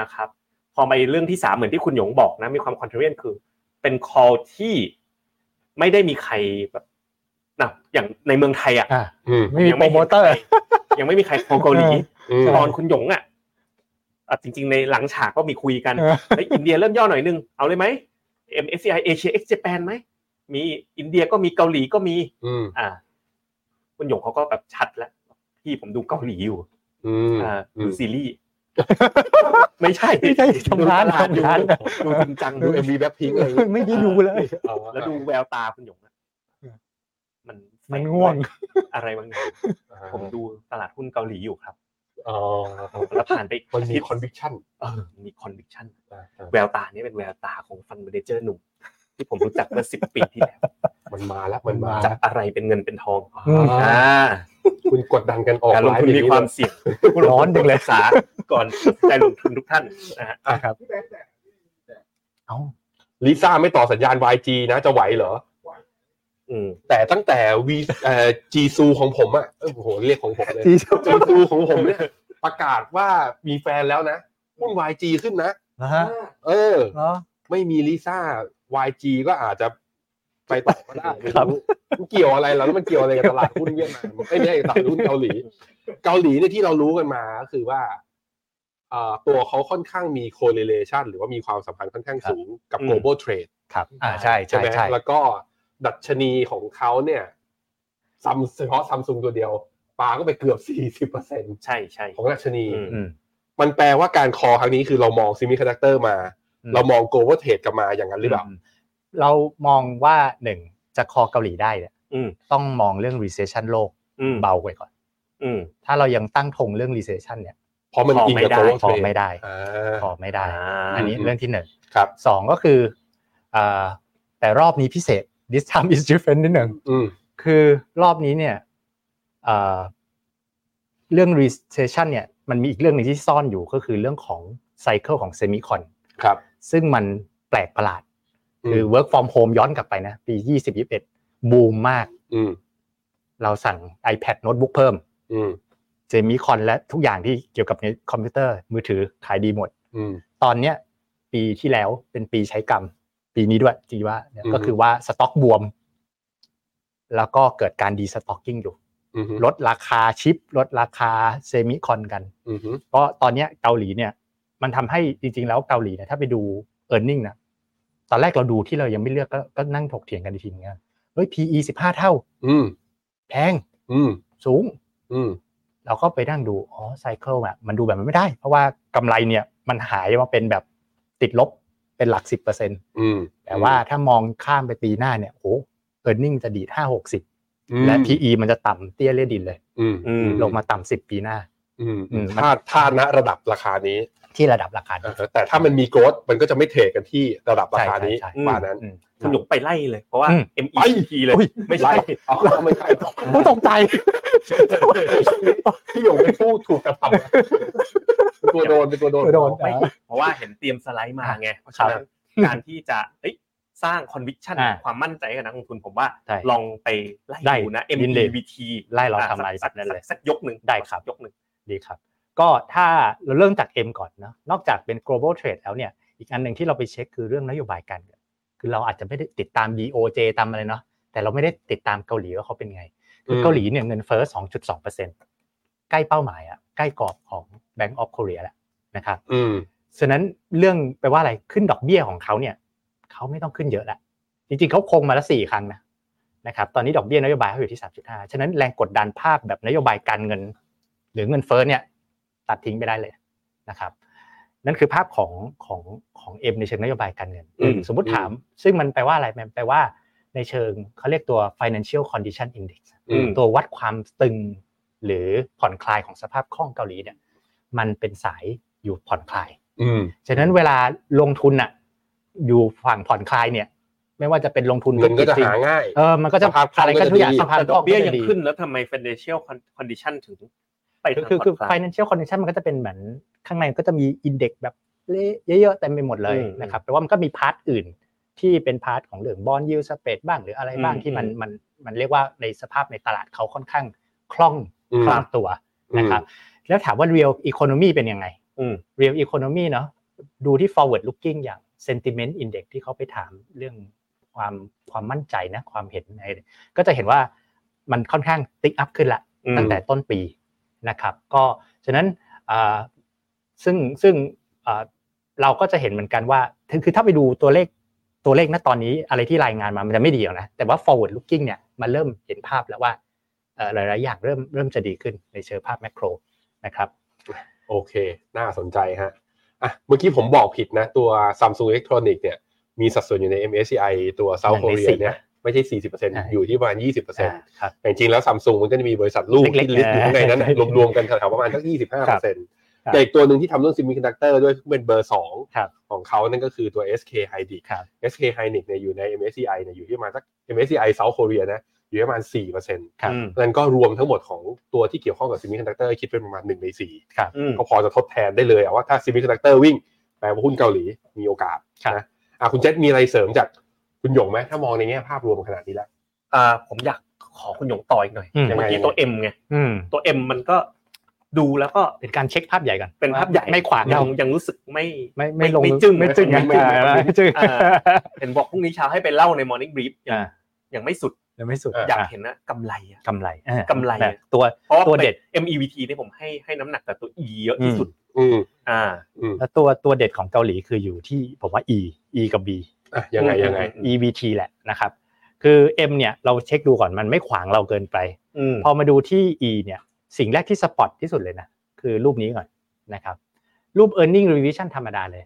นะครับ พอไปเรื่องที่สามเหมือนที่คุณหยงบอกนะ มีความคอนเทเรียนคือ เป็นคอที่ไม่ได้มีใครแบบนะอย่างในเมืองไทยอ่ะ
อ่า
อืม
ไม่มี
ยัง
โปร
เห็น
โมเตอร์
ใคยังไม่มีใครโคเกาหลี
อืม
ตอนคุณหยงอ่ะอ่ะจริง ๆ ในหลังฉากก็มีคุยกัน
เออ
เฮ้ยอินเดียเริ่มย่อหน่อยนึง เอาเลยไหม MSCI Asia X Japan ไหม มีอินเดียก็มีเกาหลีก็มี
อืม
อ่า คุณหยงเขาก็แบบชัดแล้ว พี่ผมดูเกาหลีอยู่
อืม
อ่า
อื
ดู
ม
ซีรีส์ ไม่ใช่
ไม่ใช่ทำร้าน
ดูตลด
ทำร้าน
ดูจริงจัง
ดู
ดู
เอ็มบีแบ็คพิงอะไรอย่างเงี้ย
ไม่ได้ดูเลย
เอาะ
แล้วดูแววตาคุณหยงอะมัน
มันง่วง
อะไรบางอย่าง
อ่ะ
ผมดูตลาดหุ้นเกาหลีอยู่ครับ
อ๋อ
แล้วผ่านไปอีก
มันมี
ทิศ
คอนวิคชั่น
เออมีคอนวิคชั่นแววตาเนี้เป็นแววตาของฟันเมเนเจอร์หนุ่ม ที่ผมรู้จักเมื่อสิบปีที่แล้ว
มันมาแล้วมันมา
จับ
แล้ว
อะไรเป็นเงินเป็นทอง
อืม
อ่า
คุณกดดันกันออก
การลงทุน
ไฟ์
มี
อย่
ความ
นี้เลย
เสี่ยง
ร้อนดึงเลย
สาก่อนตัดสินใจลงทุนทุกท่านนะฮะ
อ่ะครับเอ้า
ลิซ่าไม่ต่อสัญญาณ YG นะจะไหวเหรอ
อืม
แต่ตั้งแต่วีเอ่อจีซูของผมอ่ะเอ้ยโอ้โหเรียกของผม เลย
จีชอบ
จีซูของผมเนี่ยประกาศว่ามีแฟนแล้วนะหุ้น YG ขึ้นนะ
นะฮะ
เออ
เหรอ
ไม่มีลิซ่า YG ก็อาจจะไปต่อก็ได้ไม่
ครับ
รู้มันเกี่ยวอะไรแล้วแล้วมันเกี่ยวอะไรกับตลาดหุ้นเวียดนามไอ้ยไม่ใช่ตลาดหุ้นเกาหลี เกาหลีเนี่ยที่เรารู้กันมาก็คือว่าเอ่อตัวเขาค่อนข้างมี correlation หรือว่ามีความสัมพันธ์ค่อนข้างสูงกับ global trade
ครับ อ่าใช่ใช่
ไหม
ใช่
แล้วก็ดัชนีของเขาเนี่ยซัมเฉพาะซัมซุงตัวเดียวปาก็ไปเกือบ 40%
ใช่ใช่
ของดัชนี
อืม
อืม
มันแปลว่าการคอครั้งนี้คือเรามองซิมิคอนดักเตอร์มา
อืม
เรามองโกลเวอร์เทรดกลับมาอย่างนั้นหรือเปล่า
มเรามองว่าหนึ่งจะคอเกาหลีได้เนี่ย
อืม
ต้องมองเรื่อง recession โลก
อืม
เบาไว้ก่อน
อืม
ถ้าเรายังตั้งธงเรื่อง recession เนี่ย
เพราะมัน
คอ
อิงกั
ไม่
บ
ได้
โกลเวอร์
ค
เท
อ
รด
ไม่ได้
อ่า
คอไม่ได้
อ่า
อันนี้เรื่องที่หนึ่ง
ครับ
สองก็คืออ่าแต่รอบนี้พิเศษ this time is different นิดหนึ่ง
อืม
คือรอบนี้เนี่ยเอ่อเรื่อง recession เนี่ยมันมีอีกเรื่องหนึ่งที่ซ่อนอยู่ก็คือเรื่องของไซเคิลของเซมิคอน
ครับ
ซึ่งมันแปลกประหลาด
อืม
คือ work from home ย้อนกลับไปนะปี 2021 บูมมาก
อืม
เราสั่ง iPad โน้ตบุ๊กเพิ่ม
อืม
เซมิคอนและทุกอย่างที่เกี่ยวกับในคอมพิวเตอร์มือถือขายดีหมด
อืม
ตอนเนี้ยปีที่แล้วเป็นปีใช้กรรม ปีนี้ด้วยจีว่าเนี่ย
อืม
ก็คือว่าสต็อกบวม แล้วก็เกิดการดีสต็อกกิ้งอยู่
อืม
ลดราคาชิป ลดราคาเซมิคอนกัน
อืม
ก็ตอนเนี้ยเกาหลีเนี่ย มันทำให้จริงๆแล้วเกาหลีเนี่ยถ้าไปดู e a r n i n g นะตอนแรกเราดูที่เรายังไม่เลือกก็ก็นั่งถกเถียงกันทีนึงนะเฮ้ย PE 15 เท่า
อืม
แพง
อืม
สูง
อืม
เราก็ไปนั่งดูอ๋อไซเคิลอะมันดูแบบมันไม่ได้ เพราะว่ากำไรเนี่ยมันหายมาเป็นแบบติดลบเป็นหลัก 10%
อืม
แต่ว่าถ้ามองข้ามไปปีหน้าเนี่ยโอ้เออร์เน็งจะดีด5
อืม
60 และ PE มันจะต่ำเตี้ยเลียดินเลย
อืมอืม
ลงมาต่ำ10 ปีหน้า
อืม
อืม
ถ้าถ้าณระดับราคานี้
ที่ระดับราคานี้
เออแต่ถ้ามันมีโกลดมันก็จะไม่เทรดกันที่ระดับราคานี้
ใช่
ป
ใช่
ระมาณนั้น
อืม
คุณหยงไปไล่เลย เพราะว่า
อืม
MEP เลย
อุ๊ย
ไม่ใช่
เอาไม่ใช่หรอก
ผมตก ใจ
พี่หยงเป็นผู้ถูกกระทำนะ เป็นตัวโดนเป็นตัวโดน
โดน
ไม่เพราะว่าเห็นเตรียมสไลด์มาไง เพราะฉะนั้นการที่จะเอ้ยสร้าง conviction
อ่า
ความมั่นใจให้กับนักลงทุนผมว่า
ใช่
ลองไปไล่
ได้
ดูนะ
ยินดี
MDBT
ไล่เราทำอะไรแบ
สัก
บนั้นเลย
สักสักยกหนึ่ง
ได้ครับ
สักยกหนึ่ง
ดีครับ ก็ถ้าเราเริ่มจาก M ก่อนเนาะนอกจากเป็น global trade แล้วเนี่ยอีกอันหนึ่งที่เราไปเช็คคือเรื่องนโยบายการเงินคือเราอาจจะไม่ได้ติดตาม BOJ ตามอะไรเนาะแต่เราไม่ได้ติดตามเกาหลีว่าเขาเป็นไง คือเกาหลีเนี่ยเงินเฟ้อ 2.2%ใกล้เป้าหมายอะใกล้กรอบของ Bank of Korea แล้วนะครับ
อืม
ฉะนั้นเรื่องแปลว่าอะไรขึ้นดอกเบี้ยของเขาเนี่ยเขาไม่ต้องขึ้นเยอะละจริงๆเขาคงมาละสี่ครั้งนะนะครับตอนนี้ดอกเบี้ยนโยบายเขาอยู่ที่ 3.5 ฉะนั้นแรงกดดันภาพแบบนโยบายการเงิน หรือเงินเฟ้อเนี่ยตัดทิ้งไปได้เลยนะครับ นั่นคือภาพของของของเอ็มในเชิงนโยบายการเงิน
อืม
สมมติถาม ซึ่งมันแปลว่าอะไรมันแปลว่าในเชิงเขาเรียกตัว financial condition index
อืม
ตัววัดความตึงหรือผ่อนคลายของสภาพคล่องเกาหลีเนี่ยมันเป็นสายอยู่ผ่อนคลาย
อืม
ฉะนั้นเวลาลงทุนอะอยู่ฝั่งผ่อนคลายเนี่ย ไม่ว่าจะเป็นลงทุน
เงินก็จะ
ธุร
หา
จริ
ง่าย
เออมันก็จะ
สภาพคล่อง
อะไรกันทุกอย่าง
ก็จะดี
สภาพ
แต่
ค
ด
ล่
อ
อง
กเบี้ย
ก็จะ
ยัง
ดี
ขึ้นแล้วทำไม financial con- condition ถึงไปทาง
คือคือคือ
ผ่อนลาย
financial condition มันก็จะเป็นเหมือนข้างในก็จะมีอินเด็กซ์แบบเละเยอะๆเต็มไปหมดเลย
อืม
นะครับแต่ว่ามันก็มีพาร์ทอื่นที่เป็นพาร์ทของเรื่องบอลยูสเปดบ้างหรืออะไรบ้าง
อืม
ที่มัน
อืม
มันมันเรียกว่าในสภาพในตลาดเขาค่อนข้างคล่อง
อืม
คล่องตัวนะครับแล้วถามว่า real economy เป็นยังไง
อืม
real economy เนาะดูที่ forward looking อย่าง sentiment index ที่เขาไปถามเรื่องความความมั่นใจนะความเห็นในก็จะเห็นว่ามันค่อนข้างติ๊กอัพขึ้นละ
อืม
ตั้งแต่ต้นปีนะครับก็ฉะนั้นอ่าซึ่งซึ่งอ่าเราก็จะเห็นเหมือนกันว่าถึงคือถ้าไปดูตัวเลขตัวเลขณตอนนี้อะไรที่รายงานมามันจะไม่ดีหรอกนะแต่ว่า forward looking เนี่ยมันเริ่มเห็นภาพแล้วว่าเอ่อหลาย ๆ อย่างเริ่มเริ่มจะดีขึ้นในเชิงภาพแมกโรนะครับ
โอเค น่าสนใจฮะอ่ะเมื่อกี้ผมบอกผิดนะ ตัว Samsung Electronics เนี่ย มีสัดส่วนอยู่ใน MSCI ตัว South
หนึ่งใน
Korea
สี่
เนี่ย ไม่ใช่ 40%อ
ใช่
ยู่ที่ประมาณ 20%
ครับ
แต่จริงๆแล้ว Samsung มันก็จะมีบริษัทลูก
เล็ก
ที่
ๆ
ลิสต์อยู่ข้างในนั้นนะ
ใช่
รวมๆกันแถวๆประมาณสัก
ครั
25%
บ
แต่อีกตัวหนึ่งที่ทำเรื่อง Semiconductor ด้วยเป็นเบอร์
ครับ
2 ของเขานั่นก็คือตัว SK Hynix
ครับ
SK Hynix เนี่ยอยู่ใน MSCI เนี่ยอยู่ที่ประมาณสัก MSCI South Korea นะอยู่ที่ประมาณ 4%
ครับ
อืม
นั่นก็รวมทั้งหมดของตัวที่เกี่ยวข้องกับซิมิคอนดักเตอร์คิดเป็นประมาณหนึ่งในสี่
อืม
ก็พอจะทดแทนได้เลยอะว่าถ้าซิมิคอนดักเตอร์วิ่งแปลว่าหุ้นเกาหลีมีโอกาส
ครับ
นะอ่ะคุณเจษมีอะไรเสริมจากคุณหยงไหมถ้ามองในแง่ภาพรวมขนาดนี้แล้ว
อ่าผมอยากขอคุณหยงต่ออีกหน่อย
อืม
อย่างเมื่อกี้ตัว M ไง
อืม
ตัว M มันก็ดูแล้วก็
เป็นการเช็คภาพใหญ่ก่อน
เป็นภาพใหญ่
ไม่ขวาง
ยั
เรา
งยังรู้สึกไม่
ไม่ไม่ลง
ไม่จึ้ง
ไม่จึง
ไม่จึ้ง
อ่าไม่จึง
อ่า เห็นบอกพรุ่งนี้เช้าให้ไปเล่าใน Morning Brief
อ่า
ยังไม่สุด
ยังไม่สุด
อ่า
อยากเห็นนะกำไรอะ
กำไรอ่าก
ำไร
แบบตัว
เพราะา
ตัวเด็ด
ป็น MEVT เนี่ยผมให้ให้น้ำหนักกับตัว E เยอะที่สุด
อืม
อ่า
อืม
แล้วตัวตัวเด็ดของเกาหลีคืออยู่ที่ผมว่า E E กับ B
อ่ะยังไง
อืม
ยังไง
EBT แหละนะครับ คือ M เนี่ยเราเช็คดูก่อนมันไม่ขวางเราเกินไป
อืม
พอมาดูที่ E เนี่ยสิ่งแรกที่สปอตที่สุดเลยนะ คือรูปนี้ก่อนนะครับรูป Earning Revision ธรรมดาเลย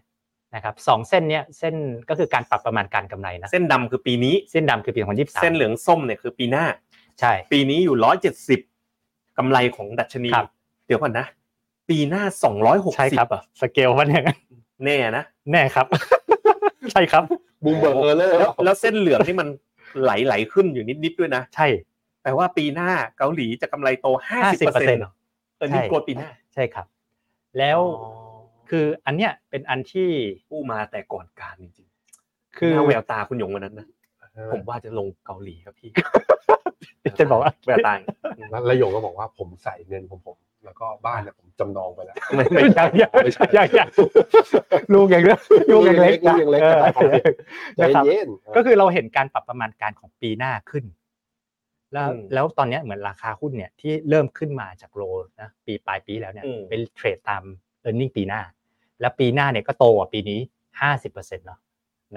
นะครับสองเส้นเนี่ยเส้นก็คือการปรับประมาณการกำไรนะ
เส้นดำคือปีนี้
เส้นดำคือปี2023
เส้นเหลืองส้มเนี่ยคือปีหน้า
ใช่
ปีนี้อยู่ 170กำไรของดัชนี
ครับ
เดี๋ยวก่อนนะ ปีหน้า 260
ใช่ครับ
อะ
สเกลมันเนี่ย
แน่นะ
แน่ครับ ใช่ครับ
บูมเบิร์กเออร์เลอร์
แล้วแล้วเส้นเหลืองนี่มันไหลไหลๆขึ้นอยู่นิดๆด้วยนะ
ใช่
แปลว่าปีหน้าเกาหลีจะกำไรโต 50%
ห้าสิบ
เปอ
เปอ
ร์
ร์
เซ็
เซ็
น
น
ต์
ต์
เออ
ใช่
นี่โกรธปีหน้า
ใช่ครับ แล้ว
อ๋อ
คืออันเนี้ยเป็นอันที่
กู้มาแต่ก่อนการจริงๆ
คือ
หน้าแววตาคุณหยงวันนั้นนะ ผมว่าจะลงเกาหลีครับพี่
จะบอกว่า
แววตา
แล้วแล้วหยงก็บอกว่าผมใส่เงินผมผม แล้วก็บ้านเนี่ยผมจำนองไปแล้ว
ไม่ใช่ยังยัง
ไม่ใช่
ยังยังลูกยังเล็กลูกยังเล็ก
ลูกยังเล็ก
นะ
กระดาษของเด็ก ใจ
นะครับ
เย็น
ก็คือเราเห็นการปรับประมาณการของปีหน้าขึ้น แล้วแล้วตอนเนี้ยเหมือนราคาหุ้นเนี่ยที่เริ่มขึ้นมาจากโลนะปีปลายปีแล้วเนี่ย
อืม
เป็นเทรดตาม e a r n i n g ปีหน้า แล้วปีหน้าเนี่ยก็โตกว่าปีนี้ 50%เนาะ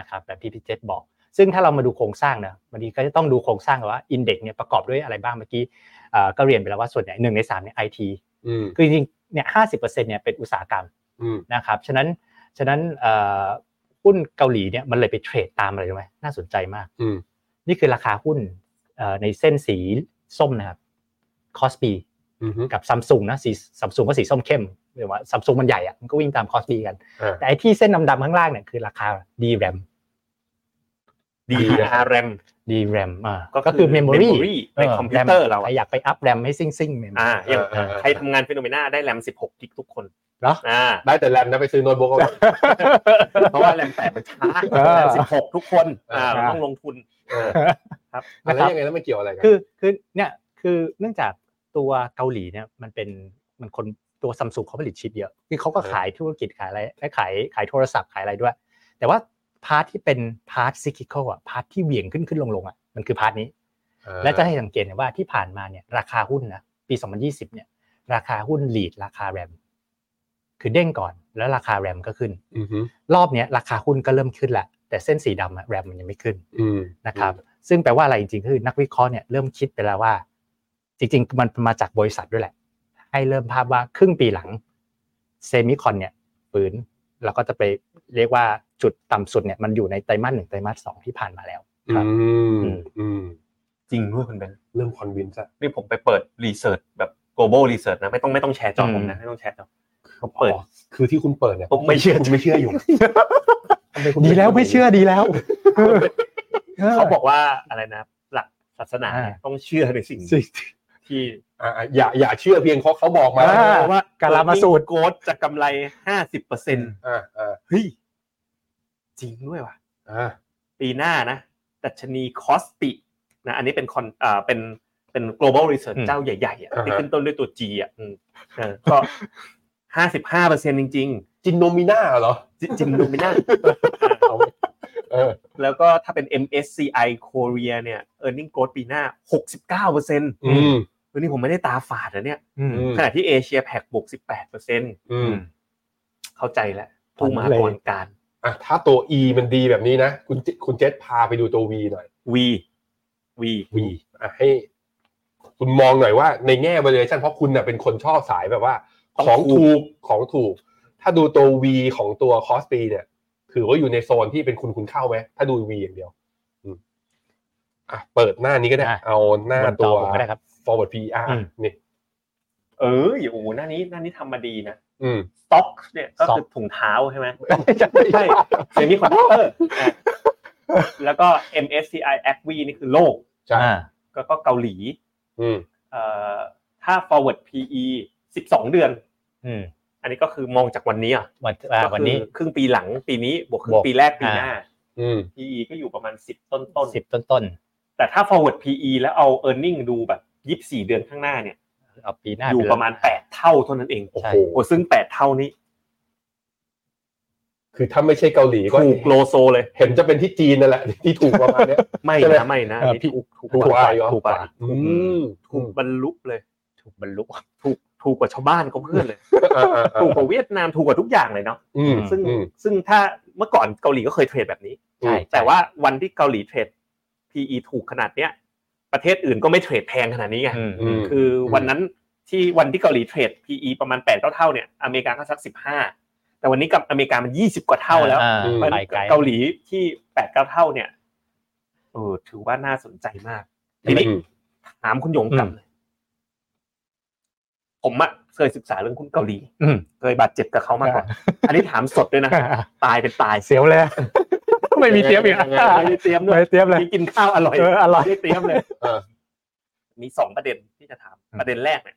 นะครับแบบที่พี่เจษบอก ซึ่งถ้าเรามาดูโครงสร้างนะวันนี้ก็จะต้องดูโครงสร้างก่อนว่าอินเด็กซ์เนี่ยประกอบด้วยอะไรบ้างเมื่อกี้เอ่อก็เรียนไปแล้วว่าส่วนใหญ่หนึ่งในสามเนี่ยไอที
อืม
คือจริงๆเนี่ยห้าสิบเปอร์เซ็นต์เนี่ยเป็นอุตสาหกรรม
อืม
นะครับฉะนั้นฉะนั้นเอ่อหุ้นเกาหลีเนี่ยมันเลยไปเทรดตามอะไรรู้ไหมน่าสนใจมาก
อืม
นี่คือราคาหุ้นเอ่อในเส้นสีส้มนะครับคอสปี
อืม
กับซัมซุงนะสีซัมซุงก็สีส้มเข้มเรียกว่าซัมซุงมันใหญ่อะมันก็วิ่งตามคอสปีกัน
อ่า
แต่ไอ้ที่เส้นดำๆข้างล่างเนี่ยคือราคา DRAM
ดีนะอาร์แรม
DRAM อ่า
ก็คือ
ก็คือ memory
memory ในคอมพิวเตอร์เราอะ
ใครอยากไปอัพ RAM ให้ซิ่งซิ่งๆ memory
อ่าอย่าง
เออเออ
ใครทำงานฟิโนเมนาได้แรม 16 กิกทุกคน
เหรอ
อ่า
ได้แต่แรมนะไปซื้อโน้ตบุ๊กเอา
เพราะว่าแรมแปดมันช้า
เออ
แรม 16 ทุกคนอ่า
เออ
มันต้องลงทุน
เออ
ครับ
อ่ะแล้วยังไงแล้วมันเกี่ยวอะไรกัน
คือคือเนี่ยคือเนื่องจากตัวเกาหลีเนี่ยมันเป็นมันคน ตัวซัมซุงเขาผลิตชิปเยอะคือเขาก็ขายธุรกิจขายอะไรและขายขายโทรศัพท์ขายอะไรด้วย แต่ว่าพาร์ทที่เป็นพาร์ทซิกิคอลอะพาร์ทที่เหวี่ยงขึ้นขึ้นลงลงอะมันคือพาร์ทนี้ และจะให้สังเกตเห็นว่าที่ผ่านมาเนี่ยราคาหุ้นนะปี 2020 เนี่ย ราคาหุ้นลีดราคาแรม คือเด้งก่อนแล้วราคาแรมก็ขึ้น
อือฮึ
รอบเนี้ยราคาหุ้นก็เริ่มขึ้นแหละแต่เส้นสีดำอะแรมมันยังไม่ขึ้น
อืม
นะครับ ซึ่งแปลว่าอะไรจริงๆคือนักวิเคราะห์เนี่ยเริ่มคิดไปแล้วว่า จริงๆ มันมาจากบริษัทด้วยแหละ ให้เริ่มภาพว่าครึ่งปีหลังเซมิคอนเนี่ยฝืนแล้วก็จะไปเรียกว่าจุดต่ำสุดเนี่ยมันอยู่ในไตรมาสหนึ่งไตรมาสสองที่ผ่านมาแล้ว
อืมอืม
จริงด้วยคุณแบงค์
เริ่มคอนวินซ์อะ
นี่ผมไปเปิดรีเสิร์ชแบบ global research นะไม่ต้องไม่ต้องแชร์จอผมนะ
อืม
ไม่ต้องแชร์จอเขาเปิด
อ๋อคือที่คุณเปิดเนี่ย
ผมไม่เชื่อ
คุณไม่เชื่ออยู่ทำไมคุณ
ดีแล้วไม่เชื่อดีแล้ว
เขาบอกว่าอะไรนะ หลักศาสนาเนี่ย
อ่า
ต้องเชื่อในสิ่งที่
อ่ะอ่ะอย่าอย่าเชื่อเพียงเพราะเขาบอกมา
อ่า
ว่าก
าลามาสูตร
โกดจะกำไรห้าสิบเปอร์เซ็นต์
อ่าอ่า
เฮ้ย จริงด้วยว่ะ
อ่า
ปีหน้านะ ดัชนีคอสปินะ อันนี้เป็นคอนอ่าเป็นเป็น global research
อืม
เจ้าใหญ่ๆอ่ะที่ขึ้นต้นด้วยตัว G อ่ะอืมเออก็ห้าสิบห้าเปอร์เซ็นต์จริง
จินโนมิน่าเหรอ
ๆ จริงๆดูไม่น่า
เอาเออ
แล้วก็ถ้าเป็น MSCI Korea เนี่ย earning growth ปีหน้าหกสิบเก้าเปอร์เซ็นต์
อืม
วันนี้ผมไม่ได้ตาฝาดนะเนี่ย
อืม
ขณะที่เอเชียแพกบวกสิบแปดเปอร์เซ็นต์
อืม
เข้าใจแล้วผู้มาก่อนการ
อ่ะถ้าตัว E มันดีแบบนี้นะ คุณเจคุณเจษพาไปดูตัว V หน่อย
วีวี
V อ่ะให้ คุณมองหน่อยว่าในแง่ valuation เพราะคุณเน่ะเป็นคนชอบสายแบบว่า
ต้อง
ของ
ถู
ถู
ก
กของถูก ถ้าดูตัว V ของตัว cost P เนี่ย ถือว่าอยู่ในโซนที่เป็นคุณคุณเข้าไหมถ้าดู V อย่างเดียวอืมอ่ะเปิดหน้านี้ก็ได้
อ่ะ
เอาหน้า
บนจอ
ตัว
ผมก็ได้ครับ
forward PR
อืม
นี่
เอออย่าโอ้โหหน้านี้หน้านี้ทำมาดีนะ
อืม
สต็อกเนี่ยก็คือถุงเท้าใช่ไหม
ไม่
ใช่เซมิคอนดั กเตอร์แล้วก็ MSCI ACV นี่คือโลก
ใช่
อ่า
ก็ก็เกาหลี
อืม
เอ่อถ้า forward PE 12 เดือน
อืม
อันนี้ก็คือมองจากวันนี้อ่ะ
วันอ่า
ก็
วัน
คื
นี้
ครึ่งปีหลังปีนี้บวกครึ่
บ
ง
วก
ปีแรกปีหน้า
อืม
PE ก็อยู่ประมาณ 10 ต้นต้นๆ
สิบต้นต้น
แต่ถ้า forward PE แล้วเอา earning ดูแบบ 24 เดือนข้างหน้าเนี่ย
ๆเอาปีหน้า
อยู่
เป็น
ประมาณ 8 เท่าเท่านั้นเอง
โอ้โห
โอ้ซึ่ง 8 เท่านี้
คือถ้าไม่ใช่เกาหลีก็
ถูกโลโซเลย
เห็นจะเป็นที่จีนนั่นแหละ ที่ถูกประมาณเนี้ย
ไม่
ใช่ไหม
นะไม่นะ
เออ
อันนี้
พี่
ถูกถูก
ถูก
กว่า
ไปเหรอ
ถูกกว่า
อืม
ถูกบรรลุเลย
ถูกบรรลุ
ถูกถูกกว่าชาวบ้านเขาเพื่อนเลย
อ่าอ่าอ่า
ถูกกว่าเวียดนามถูกกว่าทุกอย่างเลยเนาะ
อืม
ซึ่ง
อืม
ซึ่งถ้าเมื่อก่อนเกาหลีก็เคยเทรดแบบนี้
ใช่
แต่ว่าวันที่เกาหลีเทรด PE ถูกขนาดเนี้ยประเทศอื่นก็ไม่เทรดแพงขนาดนี้ไง
อืม
อืม
คือวันนั้นที่วันที่เกาหลีเทรด PE ประมาณ8ปดเท่าเนี่ยอเมริกาก็สัก 15 แต่วันนี้กับอเมริกามัน 20 กว่าเท่าแล้ว
อ่
อืม
ไปไกล
เกาหลีที่แปดเก้าเท่าเนี่ยเออถือว่าน่าสนใจมาก ทีนี้
อืม
ถามคุณหยงกลับเลยผมอะเคยศึกษาเรื่องคุณเกาหลี
อืม
เคยบาดเจ็บกับเขามาก่อน อันนี้ถามสดด้วยนะ ตายเป็นตาย
เสียวเลย ไม่มีเตรียมอีก
ยังไงยังไง
ไม่ได้เตรียมด้วย
ไม่ได้เตรียมเลย
ที่กินข้าวอร่อย
เอออร่อย
ไม่ได้เตรียมเลย
เออ
มีสองประเด็นที่จะถาม
อืม
ประเด็นแรกเนี่ย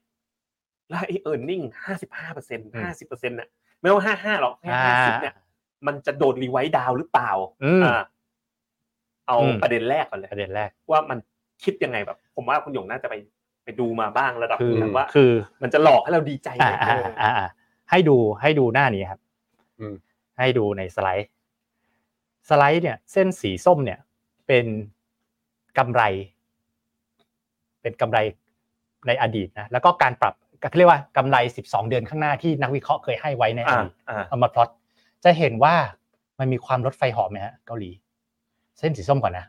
แล้วไอ้เออร์เน็งห้าสิบห้าเปอร์เซ็นต์
อืม
ห้าสิบเปอร์เซ็นต์น่ะไม่ต้องห้าห้าหรอกแค่ห้าสิบเนี่ย มันจะโดนรีไวต์ดาวน์หรือเปล่า
อืม
อ่าเอา
อืม
ประเด็นแรกก่อนเลย
ประเด็นแรก
ว่ามันคิดยังไงแบบ ผมว่าคุณหยงน่าจะไปไปดูมาบ้างระดับหนึง
คือ
นะว่า
คือ
มันจะหลอกให้เราดีใจไหม
อ่าอ่าอ่าอ่าให้ดูให้ดูหน้านี้ครับ
อืม
ให้ดูในสไลด์ สไลด์เนี่ย เส้นสีส้มเนี่ย เป็นกำไร เป็นกำไรในอดีตนะแล้วก็การปรับเขาเรียกว่ากำไร 12 เดือนข้างหน้าที่นักวิเคราะห์เคยให้ไว้ในอ
อ่า
ดีต
อ่า
เอามาพลอตจะเห็นว่ามันมีความรถไฟเหาะไหมฮะเกาหลี เส้นสีส้มก่อนนะ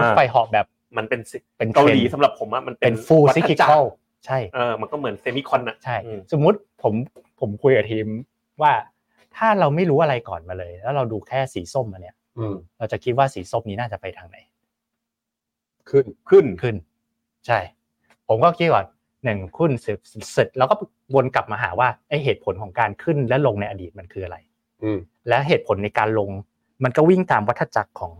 รถไฟเหาะแบบ
มันเป็นสิ
เป็น
เกาหลี
ทรนด์
สำหรับผมอะมันเป็
เป็น นฟูล
วัฏ
ซิกิ
จัก
คอ
ร
ลใช่
เออมันก็เหมือนเซมิคอนอะ
ใช่
อืม
สมมุติผมผมคุยกับทีมว่าถ้าเราไม่รู้อะไรก่อนมาเลย แล้วเราดูแค่สีส้มมาเนี่ย
อืม
เราจะคิดว่าสีส้มนี้น่าจะไปทางไหน
ขึ้น
ขึ้น
ขึ้น ใช่ ผมก็คิดว่าหนึ่งขึ้นสิบสิบแล้วก็วนกลับมาหาว่าไอเหตุผลของการขึ้นและลงในอดีตมันคืออะไร
อืม
และเหตุผลในการลงมันก็วิ่งตามวัฏจักรของ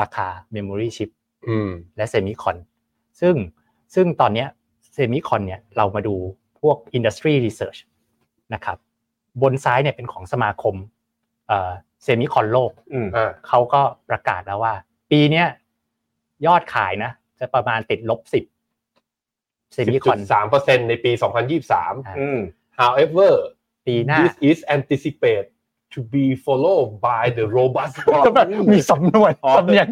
ราคา Memory Chip
อืม
และเซมิคอนซึ่งซึ่งตอนเนี้ยเซมิคอนเนี่ยเรามาดูพวก Industry Research นะครับ บนซ้ายเนี่ยเป็นของสมาคมเอ่อเซมิคอนโลก
อืม
อ่า
เขาก็ประกาศแล้วว่า ปีเนี้ยยอดขายนะ จะประมาณติดลบสิบ เซมิคอน
10.3%ในปี 2023
อืม
however
ปีหน้า
this is anticipated to be followed by the robust growth
ก็แบบมีสำนวน
อ๋อ
สำเนียง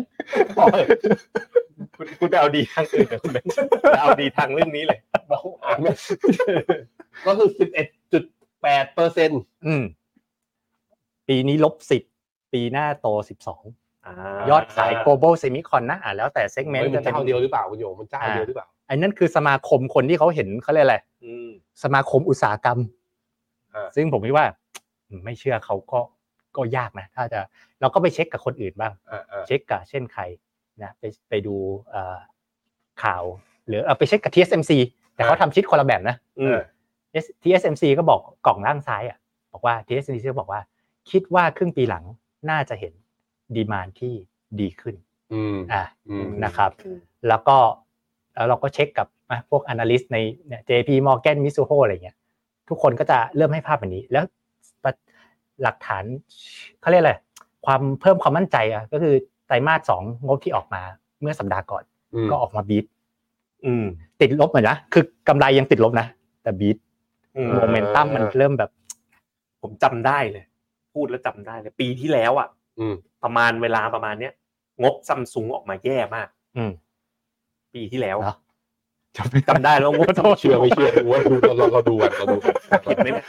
คุณคุณไปเอาดีทางอื่นนะคุณไปเอาดีทางเรื่องนี้เลย
ก็คือ 11.8เปอร์เซ็นต์
อืม ปีนี้ลบสิบปีหน้าโตสิบสอง
าย
อดขาย global semicon นะอ่าแล้วแต่ segment
มัน
จะเป็น
เจ้าเดียวหรือเปล่าคุณโยมมันเจ้าเดียวหรือเปล่า
อันนั้นคือสมาคมคนที่เขาเห็นเขาเรียกอะไร
อืม
สมาคมอุตสาหกรรม
อ่า
ซึ่งผมคิดว่า ไม่เชื่อเขาก็ก็ยากนะ ถ้าจะเราก็ไปเช็คกับคนอื่นบ้าง
อ่าอ่า
เช็คกับเช่นใครนะไปไปดูเอ่อข่าว หรือเอาไปเช็คกับ TSMC แต่เขาทำชิดคนละแบบนะ
อืม
S- TSMC ก็บอกกล่องล่างซ้ายอ่ะบอกว่า TSMC ก็บอกว่า คิดว่าครึ่งปีหลังน่าจะเห็นดีมานที่ดีขึ้น
อืม
อ่ะ
อืม
นะครับ แล้วก็แล้วเราก็เช็คกับอ่ะพวก Analyst ในเนี่ย JP Morgan Mizuho อะไรเงี้ยทุกคนก็จะเริ่มให้ภาพแบบนี้ แล้วปัจหลักฐานเขาเรียกอะไรความเพิ่มความมั่นใจอ่ะก็คือไตรมาสสองงบที่ออกมาเมื่อสัปดาห์ก่อน
อืม
ก็ออกมาบีท
อืม
ติดลบเหมือนนะคือกำไรยังติดลบนะ แต่บีท
อืม
โมเมนตัมมันเริ่มแบบ
ผมจำได้เลย พูดแล้วจำได้เลย ปีที่แล้วอ่ะ
อืม
ประมาณเวลาประมาณเนี้ยงบซัมซุงออกมาแย่มาก
อืม
ปีที่แล้ว
เหรอ
จำจำได้แล้วงบ
เชื่อไม่เชื่อกูว่าดูเราเราดูกันเราดูกัน
ผิดไหมเนี่ย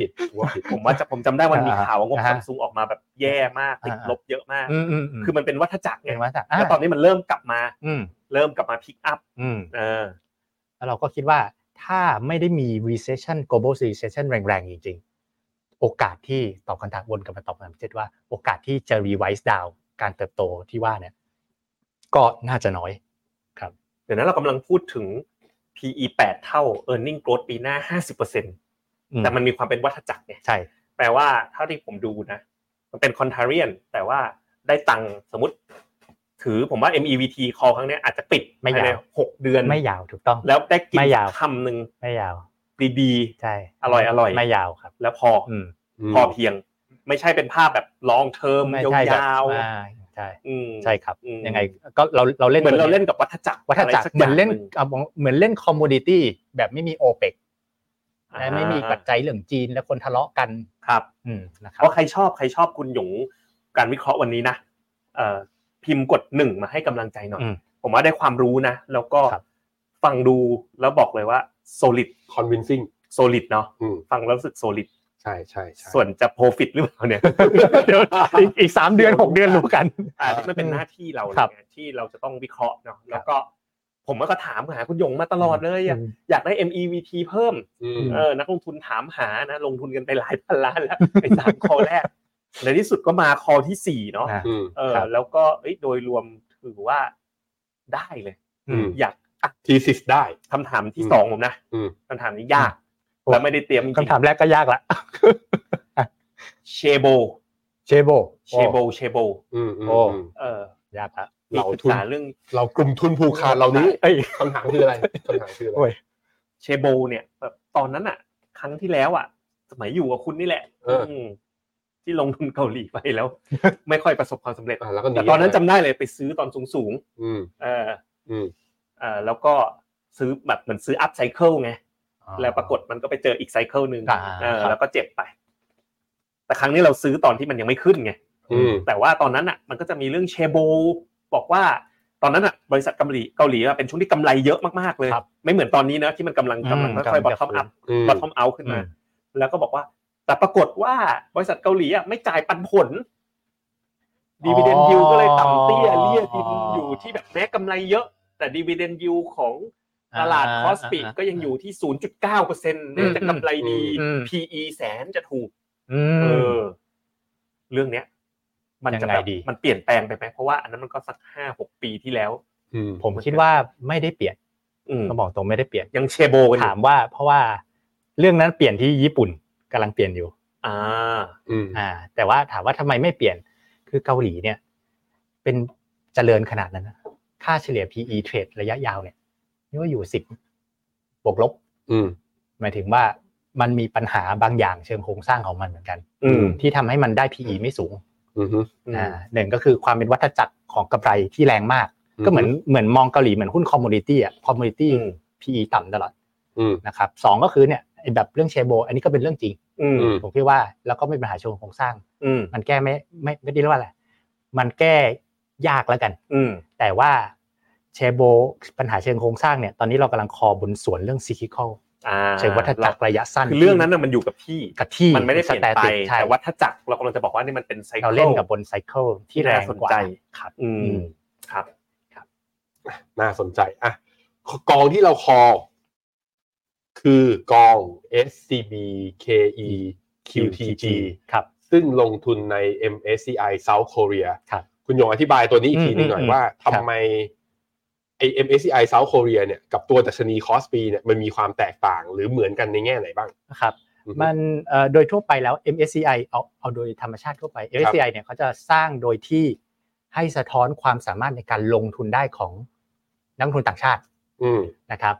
ผิดกูว่าผิด
ผมว่าจะผมจำได้วันมี
อ่า
ข่าวว่างบ
อ่าฮะ
ซัมซุงออกมาแบบแย่มาก ติด
อ่า
ลบเยอะมาก
อืมอืมอืม
คือมันเป็นวัฏจักรไง
เป็นว่าแต่
แล้วตอนนี้มันเริ่มกลับมา
อืม
เริ่มกลับมาพิกอัพ
อืม
เออ
แล้วเราก็คิดว่าถ้าไม่ได้มี recession global recession แรงๆ จริงๆ โอกาสที่ตอบคำถามวนกลับมาตอบคำถามเจ็ดว่าโอกาสที่จะ revise down การเติบโตที่ว่าเนี่ยก็น่าจะน้อย
เดี๋ยวนั้นเรากำลังพูดถึง PE 8 เท่า Earning Growth ปีหน้า 50%
อื
แต่มันมีความเป็นวัฏจักรไง
ใช่
แปลว่าเท่าที่ผมดูนะ มันเป็นคอนเทเรียน แต่ว่าได้ตังค์สมมติ ถือผมว่า MEVT คอครั้งเนี้ยอาจจะปิด
ไม่
ภ
ยา
ใน
ว
หกเดือน
ไม่ยาวถูกต้อง
แล้วได้กิน
ไม่ยาว
คำหนึ่ง
ไม่ยาว
ดี
ใช่
ๆ อร่อยอร่อย
ไม่ยาวครับ
แล้วพออ
อืม
พอเพียง ไม่ใช่เป็นภาพแบบ long term
ไม่
ย
ใช่แบบ
าว
อ่าใช่
ๆอืม
ใช่ครับ
อืม
ยังไงก็เราเราเล่น
เหมือนเราเล่นกับวัฏจักร
วัฏจัก
อะ
ร
ไสั
เหมือนเล่น
ย่างง
เอาเหมือนเล่นคอมมูดิตี้แบบไม่มีโอเปกและไม่มีปัจจัยเรื่องจีนและคนทะเลาะกัน
ครับ
อืมนะครับ
เพราะใครชอบใครชอบคุณหยงการวิเคราะห์วันนี้นะเอ่อพิมพ์กดหนึ่งมาให้กำลังใจหน่อย
อืม
ผมว่าได้ความรู้นะ แล้วก็
ครับ
ฟังดูแล้วบอกเลยว่า solid
คอนวินซิ่ง
solid เนาะ
อืม
ฟังแล้วรู้สึก solid
ใช่ใช่ใช่
ส่วนจะ profit หรือเปล่าเนี่ย
เดี๋ยวอีกอีกสามเดือนหกเดือนรู้กัน
อ่าที่มันเป็นหน้าที่เรา
ครับ
เนี่ยที่เราจะต้องวิเคราะห์เนาะแล้วก็ ผมก็ถามหาคุณหยงมาตลอดเลยอะ
ม
อยากได้ MEVT เพิ่ม
อืม
เออนักลงทุนถามหานะ ลงทุนกันไปหลายพันล้านแล้ว ไอ้สามคอแรกในที่สุดก็มาคอที่สี่เนาะ
อ่า
อืม
เออ
ครับ
แล้วก็เอ้ยโดยรวมถือว่าได้เลย
อืม
อยากอ่ะ
ทีซิสได้
คำถามที่
อืม
สองผมนะ
อืม
คำถามนี้ยาก และไม่ได้เตรียมจริง
คำถามแรกก็ยากละ
เชโบ
เชโบ
เชโบเชโบ
อืมอืม
โอ้
อืม
เออย
ากละ
มี
เรา
ปรึก
ทุน
ษาเรื่อง
เรากลุ่มทุนผูกขาดเหล่านี้
เอ้ย
คำถามคืออะไรคำถามคืออะไร
โอ้ย
เชโบเนี่ยแบบตอนนั้นอ่ะ ครั้งที่แล้วอ่ะ สมัยอยู่กับคุณนี่แหละ
เอออื
มที่ลงทุนเกาหลีไป แล้ว ไม่ค่อยประสบความสำเร็จ
อ่ะแล้วก็ห
แต่ตอนนั้นจำได้เลยไปซื้อตอนสูงสูง
อืม
ๆเออ
อืม
เออแล้วก็ซื้อแบบเหมือนซื้ออัพไซเคิลไง แล้วปรากฏมันก็ไปเจออีกไซเคิลหนึ่ง
อ่า
เออ
ครับ
แล้วก็เจ็บไป แต่ครั้งนี้เราซื้อตอนที่มันยังไม่ขึ้นไง
อืม
แต่ว่าตอนนั้นอ่ะ มันก็จะมีเรื่องเชโบบอกว่า ตอนนั้นอ่ะ บริษัทเกาหลีเกาหลีอะเป็นช่วงที่กำไรเยอะมากๆเลย
ครับ
ไม่เหมือนตอนนี้นะที่มันกำลัง
อืม
กำลังค่อยๆบอททอมอัพ
อืม
บอททอมเอาขึ้นมา
อืม
แล้วก็บอกว่า แต่ปรากฏว่าบริษัทเกาหลีอ่ะไม่จ่ายปันผลดีเวเดนยิวก็เลยต่ำเตี้ยเลี่ยดินอยู่ที่แบบแม้กำไรเยอะ แต่ดีเวเดนยิวของ ตลาดคอสปีก็ยังอยู่ที่ 0.9%เปอร์เซ็นต์น่าจะกำไรดี
อืม
PE แสนจะถูก
อื
เอ
ม
อ เรื่องเนี้ย มันจะ
ยัง
แบ
ไง
บ
ดี
มันเปลี่ยนแปลงไปไหมเพราะว่าอันนั้นมันก็สักห้าหกปีที่แล้ว
อืม
ผมคิดว่าไม่ได้เปลี่ยน
อืม
ต้องบอกตรงไม่ได้เปลี่ยน
ยังเชโบกันอ
ถา
ยู่
มว่าเพราะว่าเรื่องนั้นเปลี่ยนที่ญี่ปุ่นกำลังเปลี่ยนอยู่
อ่า
อืม
อ่า แต่ว่าถามว่าทำไมไม่เปลี่ยน คือเกาหลีเนี่ย เป็นเจริญขนาดนั้นนะค่าเฉลี่ย PE trade ระยะยาวเนี่ยนี่ว่าอยู่สิบบวกลบ
อืม
หมายถึงว่ามันมีปัญหาบางอย่างเชิงโครงสร้างของมันเหมือนกัน
อืม
ที่ทำให้มันได้ PE ไม่สูง
อืม
อ่าหนึ่งก็คือความเป็นวัฏจักรของกำไรที่แรงมาก ก็เหมือนเหมือนมองเกาหลีเหมือนหุ้นคอมมูนิตี้อ่ะคอมมูนิตี้
อืม
PE ต่ำตลอด
อืม
นะครับสองก็คือเนี่ยไอ้แบบเรื่องเชโบ อันนี้ก็เป็นเรื่องจริง
อืม
อืม
ผมคิดว่าแล้วก็ไม่เป็นปัญหาเชิงโครงสร้าง
อืม
มันแก้ไม่ไม่ไม่ได้เรียกว่าอะไรมันแก้ยากแล้วกัน
อืม
แต่ว่าเชโบปัญหาเชิงโครงสร้างเนี่ยตอนนี้เรากำลังคอบนสวนเรื่องซิคิคอล
อ่า
เชิงวัฏจักรระยะสั้น
คือเรื่องนั้นน่ะมันอยู่กับที่
กับที่
มันไม่ได้เปลี่ยนไป
สแตติกใช่
แต่วัฏจักรเรากำลังจะบอกว่านี่มันเป็นไซเคิล
เราเล่นกับบนไซเคิลที่แรง
น่าสน
กว่า
ใจ
ครับ
อืม
อืม
ครับ
น่าสนใจอ่ะกองที่เราคอ คือกอง SCB KE QTG
ครับ
ซึ่งลงทุนใน MSCI South Korea
ครับ
คุณหยงอธิบายตัวนี้อีกทีหนึงหน่อย
อืมอืม
ว่า
ครับ
ทำไมไอ MSCI South Korea เนี่ยกับตัวดัชนีคอสปีเนี่ยมันมีความแตกต่างหรือเหมือนกันในแง่ไหนบ้าง
ครับ
อือฮึ
มันเอ่อโดยทั่วไปแล้ว MSCI เอาเอาโดยธรรมชาติทั่วไป MSCI เนี่ยเขาจะสร้างโดยที่ให้สะท้อนความสามารถในการลงทุนได้ของนักลงทุนต่างชาติ
อืม
นะครับ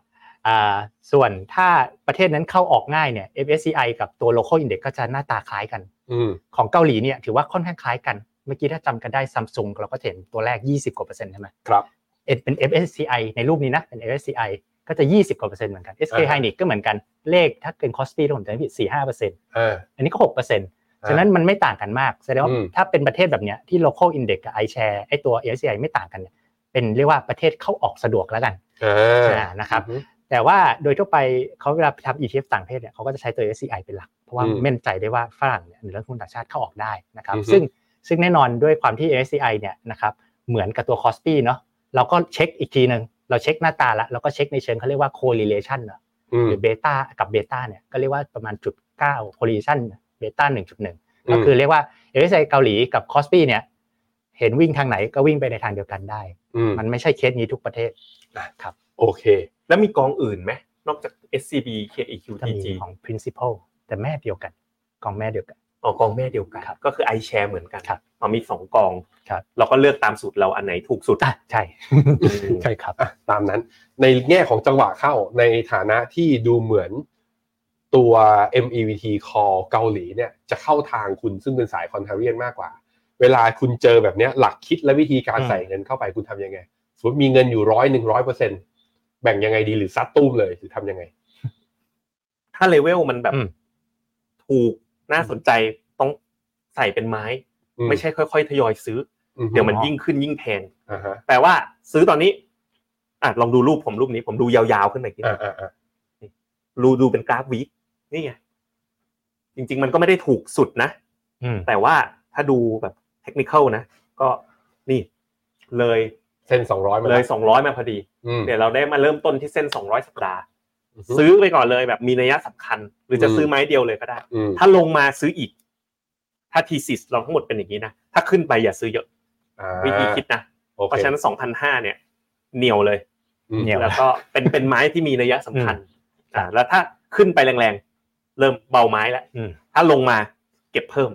อ่าส่วนถ้าประเทศนั้นเข้าออกง่ายเนี่ย MSCI กับตัว local index ก็จะหน้าตาคล้ายกัน
อืม
ของเกาหลีเนี่ยถือว่าค่อนข้างคล้ายกัน เมื่อกี้ถ้าจำกันได้ซัมซุงเราก็จะเห็นตัวแรก 20กว่าเปอร์เซ็นต์ใช่ไหม
ครับ
เอ็ดเป็น FSCI ในรูปนี้นะเป็น FSCI ก็จะ 20กว่าเปอร์เซ็นต์เหมือนกัน SK
อ่าฮะ
Hynix ก็เหมือนกันเลขถ้าเป็น costly ถ้าผมจำไม่ผิด4-5เปอร์เซ็นต์
อ่า
อันนี้ก็หกเปอร์เซ็นต์ฉะนั้นมันไม่ต่างกันมาก แสดงว่า
อืม
ถ้าเป็นประเทศแบบเนี้ยที่ local index กับ iShare ไอตัว ASCI ไม่ต่างกันเนี่ยเป็นเรียกว่าประเทศเข้าออกสะดวกแล้วกัน
อ่า
อ่านะครับ
อืม
แต่ว่าโดยทั่วไปเขาเวลาทำ ETF ต่างประเทศเนี่ยเขาก็จะใช้ตัว ASCI เป็นหลัก เพราะว่า
อืม
มั่นใจได้ว่าฝรั่งเนี่ยหรือนักลงทุนต่างชาติเข้าออกได้นะครับ
อือฮึ
ซึ่งซึ่งแน่นอนด้วยความที่ ASCI เนี่ยนะครับเหมือนกับตัว c o s p i เนาะเราก็เช็คอีกทีหนึ่งเราเช็คหน้าตาละเราก็เช็คในเชิงเขาเรียกว่า correlation เนอะ
อืม
หรือเบต้ากับเบต้าเนี่ยก็เรียกว่าประมาณจุดเก้า correlation เบต้าหนึ่งจุดหนึ่ง
อืม
ก็คือเรียกว่าเอเเกาหลีกับคอสปีเนี่ยเห็นวิ่งทางไหนก็วิ่งไปในทางเดียวกันได้
อืม
มันไม่ใช่เคสนี้ทุกประเทศครับ
โอเค
แล้วมีกองอื่นไหมนอกจาก SCB
จะมี
KEQTG
ของ principal แต่แม่เดียวกันกองแม่เดียวกัน
อ๋อกองแม่เดียวกัน
ครับ
ก็คือ iShare เหมือนกัน
ครับ
อ๋อมีสองกอง
ครับ
เราก็เลือกตามสูตรเราอันไหนถูกสุด
อ่ะใช่
อืม
ใช่ครับ
อ่ะตามนั้นในแง่ของจังหวะเข้าในฐานะที่ดูเหมือนตัว MEVT Call เกาหลีเนี่ยจะเข้าทางคุณซึ่งเป็นสายคอนเทเรียนมากกว่า เวลาคุณเจอแบบเนี้ยหลักคิดและวิธีการ
อืม
ใส่เงินเข้าไปคุณทำยังไง สมมติมีเงินอยู่ร้อยหนึ่งร้อยเปอร์เซ็นแบ่งยังไงดีหรือซัดตู้มเลยหรือทำยังไง
ถ้าเลเวลมันแบบ
อืม
ถูกน่าสนใจต้องใส่เป็นไม้
อื
ไม่ใช่ค่อยๆทยอยซื้อ
อื
เดี๋ยวมันยิ่งขึ้นยิ่งแพง
อ่าฮะ
แปลว่าซื้อตอนนี้อ่ะลองดูรูปผมรูปนี้ผมดูยาวๆขึ้นมาอีกนิด
อ่าอ่าอ่า
รูดูเป็นกราฟวีคนี่ไงจริง ๆ มันก็ไม่ได้ถูกสุดนะ
อืม
แต่ว่าถ้าดูแบบเทคนิคนะ ก็นี่เลย
เส้นสองร้อยมา
เล
แวย
สองร้อยมาพอดี
อืม
เดี๋ยวเราได้มาเริ่มต้นที่เส้นสองร้อยสัปดาห์
ฮึ
ซื้อไปก่อนเลยแบบมีนัยสำคัญ หรือจะ
อืม
ซื้อไม้เดียวเลยก็ได้
ม
ถ้าลงมาซื้ออีก ถ้าทีสิสเราทั้งหมดเป็นอย่างนี้นะ ถ้าขึ้นไปอย่าซื้อเยอะ
อ่า
วิธีคิดนะ
โอ
เพ
เค
ราะฉะนั้นสองพันห้าเนี่ย เหนียวเลย
อืม
เหนียว
แล้วก็เป็น เป็นไม้ที่มีนัยสำคัญ
อืม
อ่าแล้วถ้าขึ้นไปแรงๆ เริ่มเบาไม้แล้ว
อืม
ถ้าลงมาเก็บเพิ่ม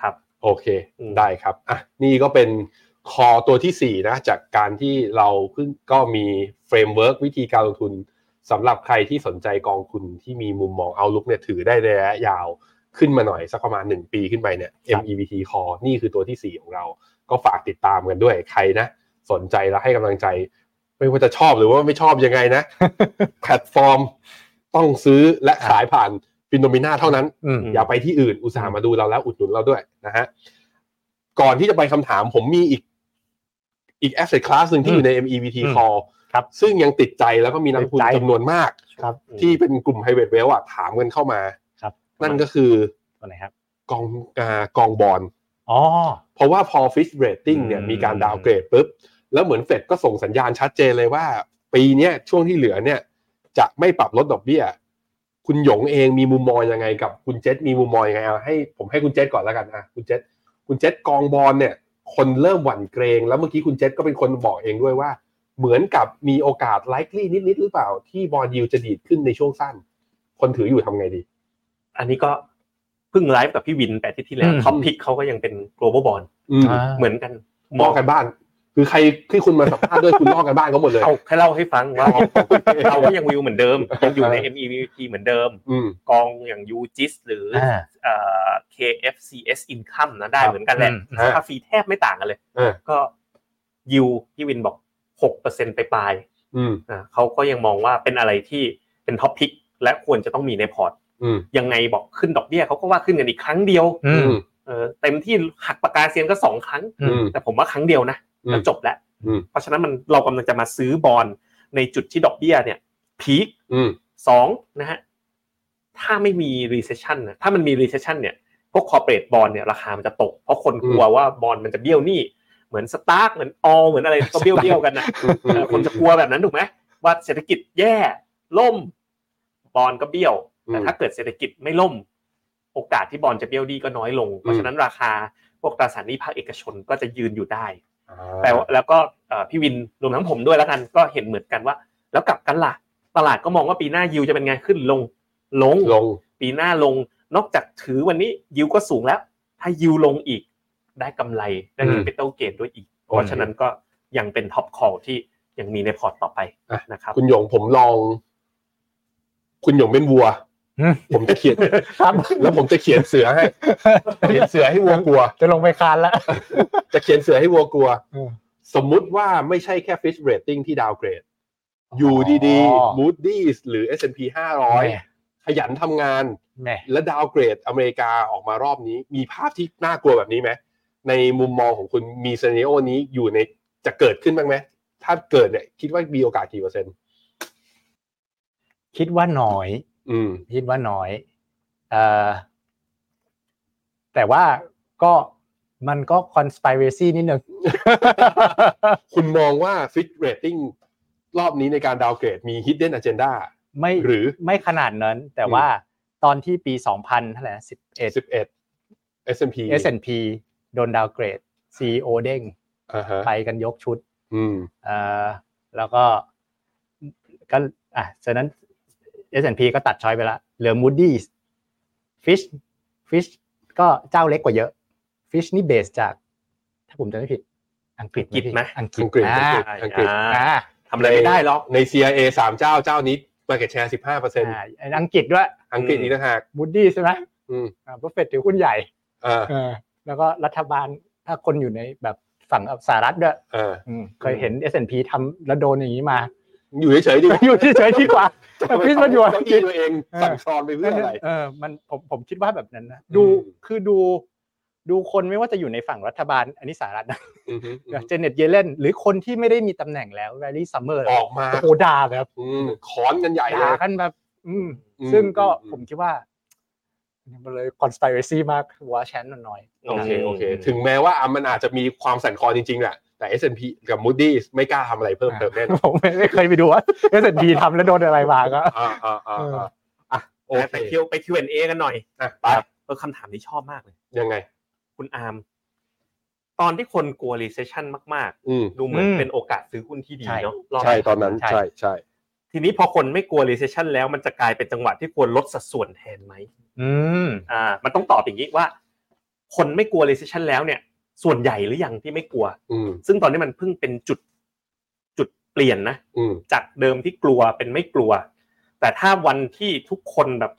ครับ
โอเค
อืม
ได้ครับอ่ะนี่ก็เป็นคอตัวที่ 4 นะ จากการที่เราเพิ่งก็มีเฟรมเวิร์กวิธีการลงทุนสำหรับใครที่สนใจกองทุนที่มีมุมมองเอาลุกเนี่ยถือได้ในระยะยาวขึ้นมาหน่อย สักประมาณ 1 ปีขึ้นไปเนี่ย
ครับ
MEVT Core นี่คือตัวทีสี่ 4 ของเรา ก็ฝากติดตามกันด้วยใครนะ สนใจและให้กำลังใจ ไม่ว่าจะชอบหรือว่าไม่ชอบยังไง นะ แพลตฟอร์มต้องซื้อและขายผ่านฟินโนมิน่าเท่านั้น
อืม
อย่าไปที่อื่นอุตส่าห์มาดูเราแล้วอุดหนุนเราด้วยนะฮะก่อนที่จะไปคำถามผมมีอีก อีกแอสเซทคลาสหนึ่งที่อยู่ใน MEVT
อืม
Call
ครับ
ซึ่งยังติดใจแล้วก็มีนักลงทุน
ติดใจ
จำนวนมาก
ครับ
ที่เป็นกลุ่มไฮเวทเวลอะถามกันเข้ามา
ครับ
นั่นก็คือ
ตัวไหนครับ
กองอากองบอล
อ๋อ
เพราะว่าพอฟิชเรตติ้งเนี่ย
อืม
มีการดาวเกรดปุ๊บ แล้วเหมือนเฟดก็ส่งสัญญาณชัดเจนเลยว่า ปีเนี้ยช่วงที่เหลือเนี่ย จะไม่ปรับลดดอกเบี้ย คุณหยงเองมีมุมมองยังไงกับคุณเจษมีมุมมองยังไงเอาให้ผมให้คุณเจษก่อนแล้วกันอ่ะคุณเจษคุณเจษกองบอลเนี่ย คนเริ่มหวั่นเกรง แล้วเมื่อกี้คุณเจษก็เป็นคนบอกเองด้วยว่า เหมือนกับมีโอกาส likely นิดๆหรือเปล่า ที่บอลยิวจะดีดขึ้นในช่วงสั้น คนถืออยู่ทำไงดี
อันนี้ก็เพิ่งไลฟ์กับพี่วินแปดที่ที่แล้ว
อืม
ท็อปพิกเขาก็ยังเป็น global bond
อืม
อ่า
เหมือนกัน
ลอกกันบ้าน คือใครที่คุณมาสัมภาษณ์ด้วยคุณลอกกันบ้านเขาหมดเลย
เอาแค่เล่าให้ฟังว่า เราก็ยังวิวเหมือนเดิมยังอยู่ใน
เออ
MEVT เหมือนเดิม
อืม
กองอย่าง UGIS หรือ
อ่า
เอ่อ KFCS Income นะได้
ครับ
เหมือนกันแหละ
อืม
อ่า
ค่าฟรีแทบไม่ต่างกันเลย
อ่า
ก็ยิวพี่วินบอกหกเปอร์เซ็นต์ไปปลาย
อืม
อ่ะเขาก็ยังมองว่าเป็นอะไรที่เป็นท็อปพิกและควรจะต้องมีในพอร์ต
อืม
ยังไงบอกขึ้นดอกเบี้ยเขาก็ว่าขึ้นกันอีกครั้งเดียว
อื
อื
ม
ม
เออเต็มที่หักปากกาเซียนก็สองครั้ง
อืม
แต่ผมว่าครั้งเดียวนะ
อืม
แล้วจบแล้ว
อืม
เพราะฉะนั้นมันเรากำลังจะมาซื้อบอลในจุดที่ดอกเบี้ยเนี่ยพีค
อืม
สองนะฮะถ้าไม่มี recession นะถ้ามันมี recession เนี่ยพวก corporate bond เนี่ยราคามันจะตก เพราะคนกลัวว่าบอลมันจะเบี้ยวหนี้เหมือนสตาร์กเหมือนออเหมือนอะไรก็เบี้ยวเบี้ยวๆกันนะ
อืมอืม
เออคนจะกลัวแบบนั้นถูกไหมว่าเศรษฐกิจแย่ล่มบอลก็เบี้ยวแต่ถ้าเกิดเศรษฐกิจไม่ล่ม โอกาสที่บอลจะเบี้ยวหนี้ก็น้อยลง เพราะฉะนั้นราคาพวกตราสารหนี้ภาคเอกชนก็จะยืนอยู่ได้ แต่ว่าแล้วก็เอ่อพี่วินรวมทั้งผมด้วยแล้วกันก็เห็นเหมือนกันว่า แล้วกลับกันล่ะตลาดก็มองว่าปีหน้ายิวจะเป็นไงขึ้นลงลง
ลง
ปีหน้าลงนอกจากถือวันนี้ยิวก็สูงแล้ว ถ้ายิวลงอีกได้กำไรได้เงิน
อืม
เปเตอร์เกนด้วยอีก เพราะฉะนั้นก็ยังเป็นท็อปคอลที่ยังมีในพอร์ตต่อไป
อ่ะ
นะครับ
คุณหยงผมลอง คุณหยงเป็นวัว
อืม
ผมจะเขียน
ครับ
แล้วผมจะเขียนเสือให้ เขียนเสือให้วัวกลัว
จะลงไปคานละ
จะเขียนเสือให้วัวกลัว
อืม
สมมุติว่าไม่ใช่แค่ Fitch Rating ที่ดาวเกรด อยู่ดี
อ๋อ
ๆ Moody's หรือ S&P
แหม่
500 ขยันทำงาน
แหม
และดาวเกรดอเมริกาออกมารอบนี้ มีภาพที่น่ากลัวแบบนี้ไหมในมุมมองของคุณมีซีเนโอนี้อยู่ในจะเกิดขึ้นบ้างไหมถ้าเกิดเนี่ยคิดว่ามีโอกาสกี่เปอร์เซ็นต์
คิดว่าน้อย
อืม
คิดว่าน้อยเอ่อแต่ว่าก็มันก็ conspiracy นิดนึง
คุณมองว่าฟิตเรตติ้งรอบนี้ในการดาวเกรดมี hidden agenda
ไม่
หรือ
ไม่ขนาดนั้น แต่ว่าตอนที่ปี 2000เท่าไหร่นะ11
11 S&P
S&P โดนดาวเกรด CEO เด้ง
อ่าฮะ
ไปกันยกชุด
อืม
เอ่อแล้วก็ก็อ่ะฉะนั้น S&P ก็ตัดช้อยไปละเหลือ Moody's Fish Fish ก็เจ้าเล็กกว่าเยอะ Fish นี่เบสจาก ถ้าผมจำไม่ผิด อังกฤษ
กิจไหม
อังกฤษ
อังกฤษ
อ่า
อังกฤษ
อ่า
อ่า
ทำอะไรไม่ได้หรอก
ใน CIA สามเจ้าเจ้านี้ market share 15เปอร์เซ็นต์
อ่าอังกฤษด้วย
อังกฤษอีกต่างหาก
Moody's ใช่ไหม
อืม
อ่า Buffett ถือหุ้นใหญ่
อ่า
เออแล้วก็รัฐบาลถ้าคนอยู่ในแบบฝั่งสหรัฐด้วย
อ่า
อืมเคยเห็น S&P ทำแล้วโดนอย่างนี้มา
อยู่เฉยๆดีกว่า
อยู่เฉยๆดีกว่า พี่มันอยู่อังกฤษ
เก้าตัวเองสั่งคลอนไปเพื่ออะไร
เออ มันผมผมคิดว่าแบบนั้นนะ
อืม
ดู คือดู ดูคนไม่ว่าจะอยู่ในฝั่งรัฐบาล อันนี้สหรัฐนะ
อือฮึอือฮึ
เจเน็ตเยเลนหรือคนที่ไม่ได้มีตำแหน่งแล้วแรลลี่ซัมเมอร์
ออกมา
โอ้โหด่าแบบ
อืมขอนกันใหญ่เล
ด่าย กันแบบ อืม
อืม
ซึ่งก็
อืม
ผมคิดว่ามันเลยคอน spiracy มากว่าแชนนน้อย
โอเคโอเค
อืม
ถึงแม้ว่าอ่ะมันอาจจะมีความสั่นคลอนจริงๆแหละแต่ S&P กับ Moody's ไม่กล้าทำอะไรเพิ่มเติมแน่นอน
ผมไม่ไม่เคยไปดูว่าเอสดีทำแล้วโดนอะไรมาก็
อ่าอ่าอ่าอ่าอ่ะโอเค
ไปเที่ยวไป Q&A กันหน่อย
อ่ะไป
เออคำถามนี้ชอบมากเลย
ยังไง
คุณอาร์มตอนที่คนกลัว recession มาก
อืม
ๆ ดูเหมือน
อืม
เป็นโอกาสซื้อหุ้นที่ดี
ใช่
เนาะรอบ
ใช่
นี้
ตอนนั้น
ใช่
ใช่ใช่
ทีนี้พอคนไม่กลัว recession แล้วมันจะกลายเป็นจังหวะที่ควรลดสัดส่วนแทนไหม
อืม
อ่า มันต้องตอบอย่างนี้ว่า คนไม่กลัว recession แล้วเนี่ย ส่วนใหญ่หรือยังที่ไม่กลัว
อืม
ซึ่งตอนนี้มันเพิ่งเป็นจุดจุดเปลี่ยนนะ
อืม
จากเดิมที่กลัวเป็นไม่กลัว แต่ถ้าวันที่ทุกคนแบบ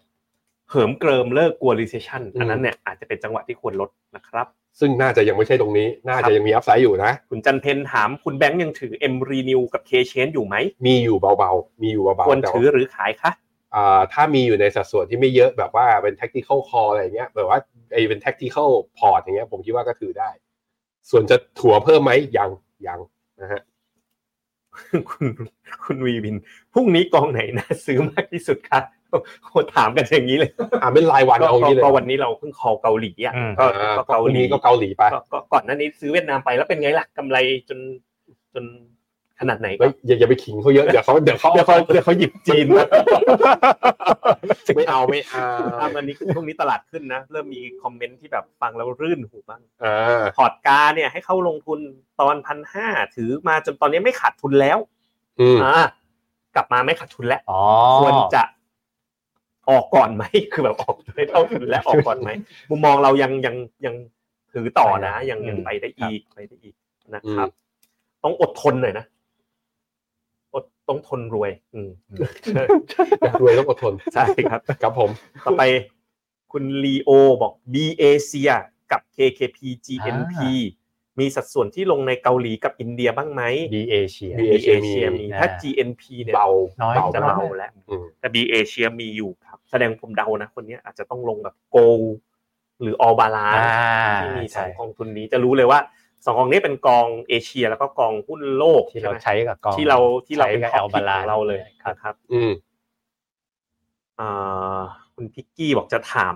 เหิมเกริมเลิกกลัว recession อันนั้นเนี่ยอาจจะเป็นจังหวะที่ควรลดนะครับ
ซึ่งน่าจะยังไม่ใช่ตรงนี้ น่าจะยังมีอัพไซด์อยู่นะ
คุณจันเพนถามคุณแบงค์ยังถือ M Renew กับ K Chain อยู่ไหม
มีอยู่เบาๆ มีอยู่เบา
ควร
ๆแต่
ถือหรือขายคะ
อ่าถ้ามีอยู่ในสัดส่วนที่ไม่เยอะแบบว่าเป็น tactical call อะไรเงี้ยแบบว่าไอ้เป็น tactical port อย่างเงี้ยผมคิดว่าก็ถือได้ ส่วนจะถั่วเพิ่มไหมยังยังนะฮะ
คุณคุณวีวินพรุ่งนี้กองไหนน่าซื้อมากที่สุดคะโคถามกันอย่างนี้เลย
อ่าเป็นรายวัน
ก็
เอา
ก็
งี้เลย
ก็วันนี้เราเพิ่งคอเกาหลีอ่ะ
อืม
ก็
อ่า
ก็เกา
พรุ่ง
หลี
นี้ก็เกาหลีไป
ก็ก็ก่อนหน้านี้ซื้อเวียดนามไปแล้วเป็นไงล่ะกำไรจนจนขนาดไหน
เฮ้ยอย่าอย่าไปขิงเขาเยอะเดี๋ยวเขาเดี๋ยวเขา
เดี๋ยวเขาเดี๋ยวเขาหยิบจีนมา
ไม่เอาไม่เอา
อ่ะอันนี้ช่วงนี้ตลาดขึ้นนะ เริ่มมีคอมเมนต์ที่แบบฟังแล้วรื่นหูบ้าง
อ่า
พอร์ตกาเนี่ยให้เข้าลงทุนตอนพันห้าถือมาจนตอนนี้ไม่ขาดทุนแล้ว
อืม
อ่ากลับมาไม่ขาดทุนแล้ว
อ๋อ
ควรจะออกก่อนไหม คือแบบออกด้วยเท่าทุนและออกก่อนไหม มุมมองเรายังยังยังถือต่อนะ ยังยังไปได้อีกไปได้อีกนะครับ ต้องอดทนหน่อยนะ อดต้องทนรวย อืม
อยากรวยต้องอดทน
ใช่ครับ
ครับผม
ต่อไปคุณลีโอบอก BA เซียกับ KKP GNP มีสัดส่วนที่ลงในเกาหลีกับอินเดียบ้างไหม
ดีเอเชีย
ดี BAC
มี
มี
ถ้า GNP เนี่ย
เบา
น้อย
เบา
จะ
มา
เบาก แล้ว
อืม
แต่ B เอเชียมีอยู่ครับ แสดงผมเดานะ คนเนี้ยอาจจะต้องลงแบบโกลหรือออบาลา
อ่า
ที่มีส
ใช่
องกองทุนนี้จะรู้เลยว่าสองกองนี้เป็นกองเอเชีย แล้วก็กองหุ้นโลก
ที่เรา
ใช่ไหม
ใช้กับกอง
ที่เราที่เรา
ใช้
เป็น
กับ
ข้
เอ
อ
ล
คิ
บา
ด
ลา
ของเราเลย
ครับ
นะครับ
อืม
อ่าคุณพิกกี้บอกจะถาม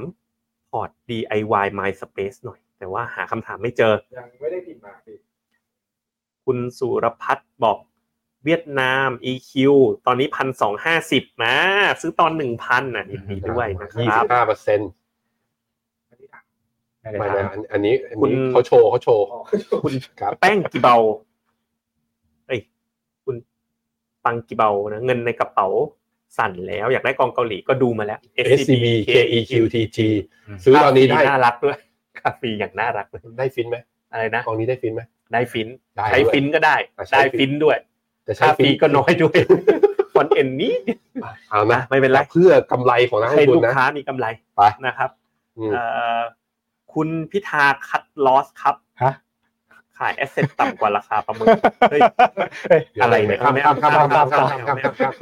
พอร์ต DIY MySpace หน่อย แต่ว่าหาคำถามไม่เจอ
ยังไม่ได้พิมพ์มาพี่
คุณสุรพัฒน์บอกเวียดนาม EQ ตอนนี้พันสองห้าสิบนะซื้อตอนหนึ่งพันนะยินดีด้วยนะค
ยี่
รั
สิ
บ
บห้าเปอร์เซ็นต์
ไม่ได้อ่าน
ไม่
ไม่
ได้ถา
นะ
ม
อันอันนี้อัน
คุณ
นี้เขาโชว์เขาโชว์
ออก
คุณครับ
แป้งกิเบาเอ้ยคุณปังกิเบานะเงินในกระเป๋าสั่นแล้ว อยากได้กองเกาหลีก็ดูมาแล้ว
SCB KEQTG
อืม
ซื้อตอนนี้ได้
น่ารักด้วยคาฟีอย่างน่ารักเลย
ได้ฟินไหม
อะไรนะ
กองนี้ได้ฟินไหม
ได้ฟิน
ได้
ใช้
ด้วย
ฟินก็ได้
อ่ะใช้
ได้
ฟิ
ฟิ
น
นด้วย
แต่ใช้
ค่า
ฟิ
ฟี
น
ก็น้อยด้วย ฟอนเอ็นนี้
เอานะ
อ่ะไม่เป็นไร
เพื่อกำไรของนักล
ให้
งทุ
ลู
น
ก
นะ
ค้ามีกำไร
ไป
นะครับ
อืม
เอ่อคุณพิธาคัดลอสครับ
ฮะ
ขายแอสเซทต่ำกว่าราคาประเมิน เฮ้ย อะไรเนี่ย
ข้าม
ไม่
ข้า
เอา
มข้าม
ไม่เอา
ข้ามข้ามข้ามข้าม
ไม่เอา
ข้ามข้าม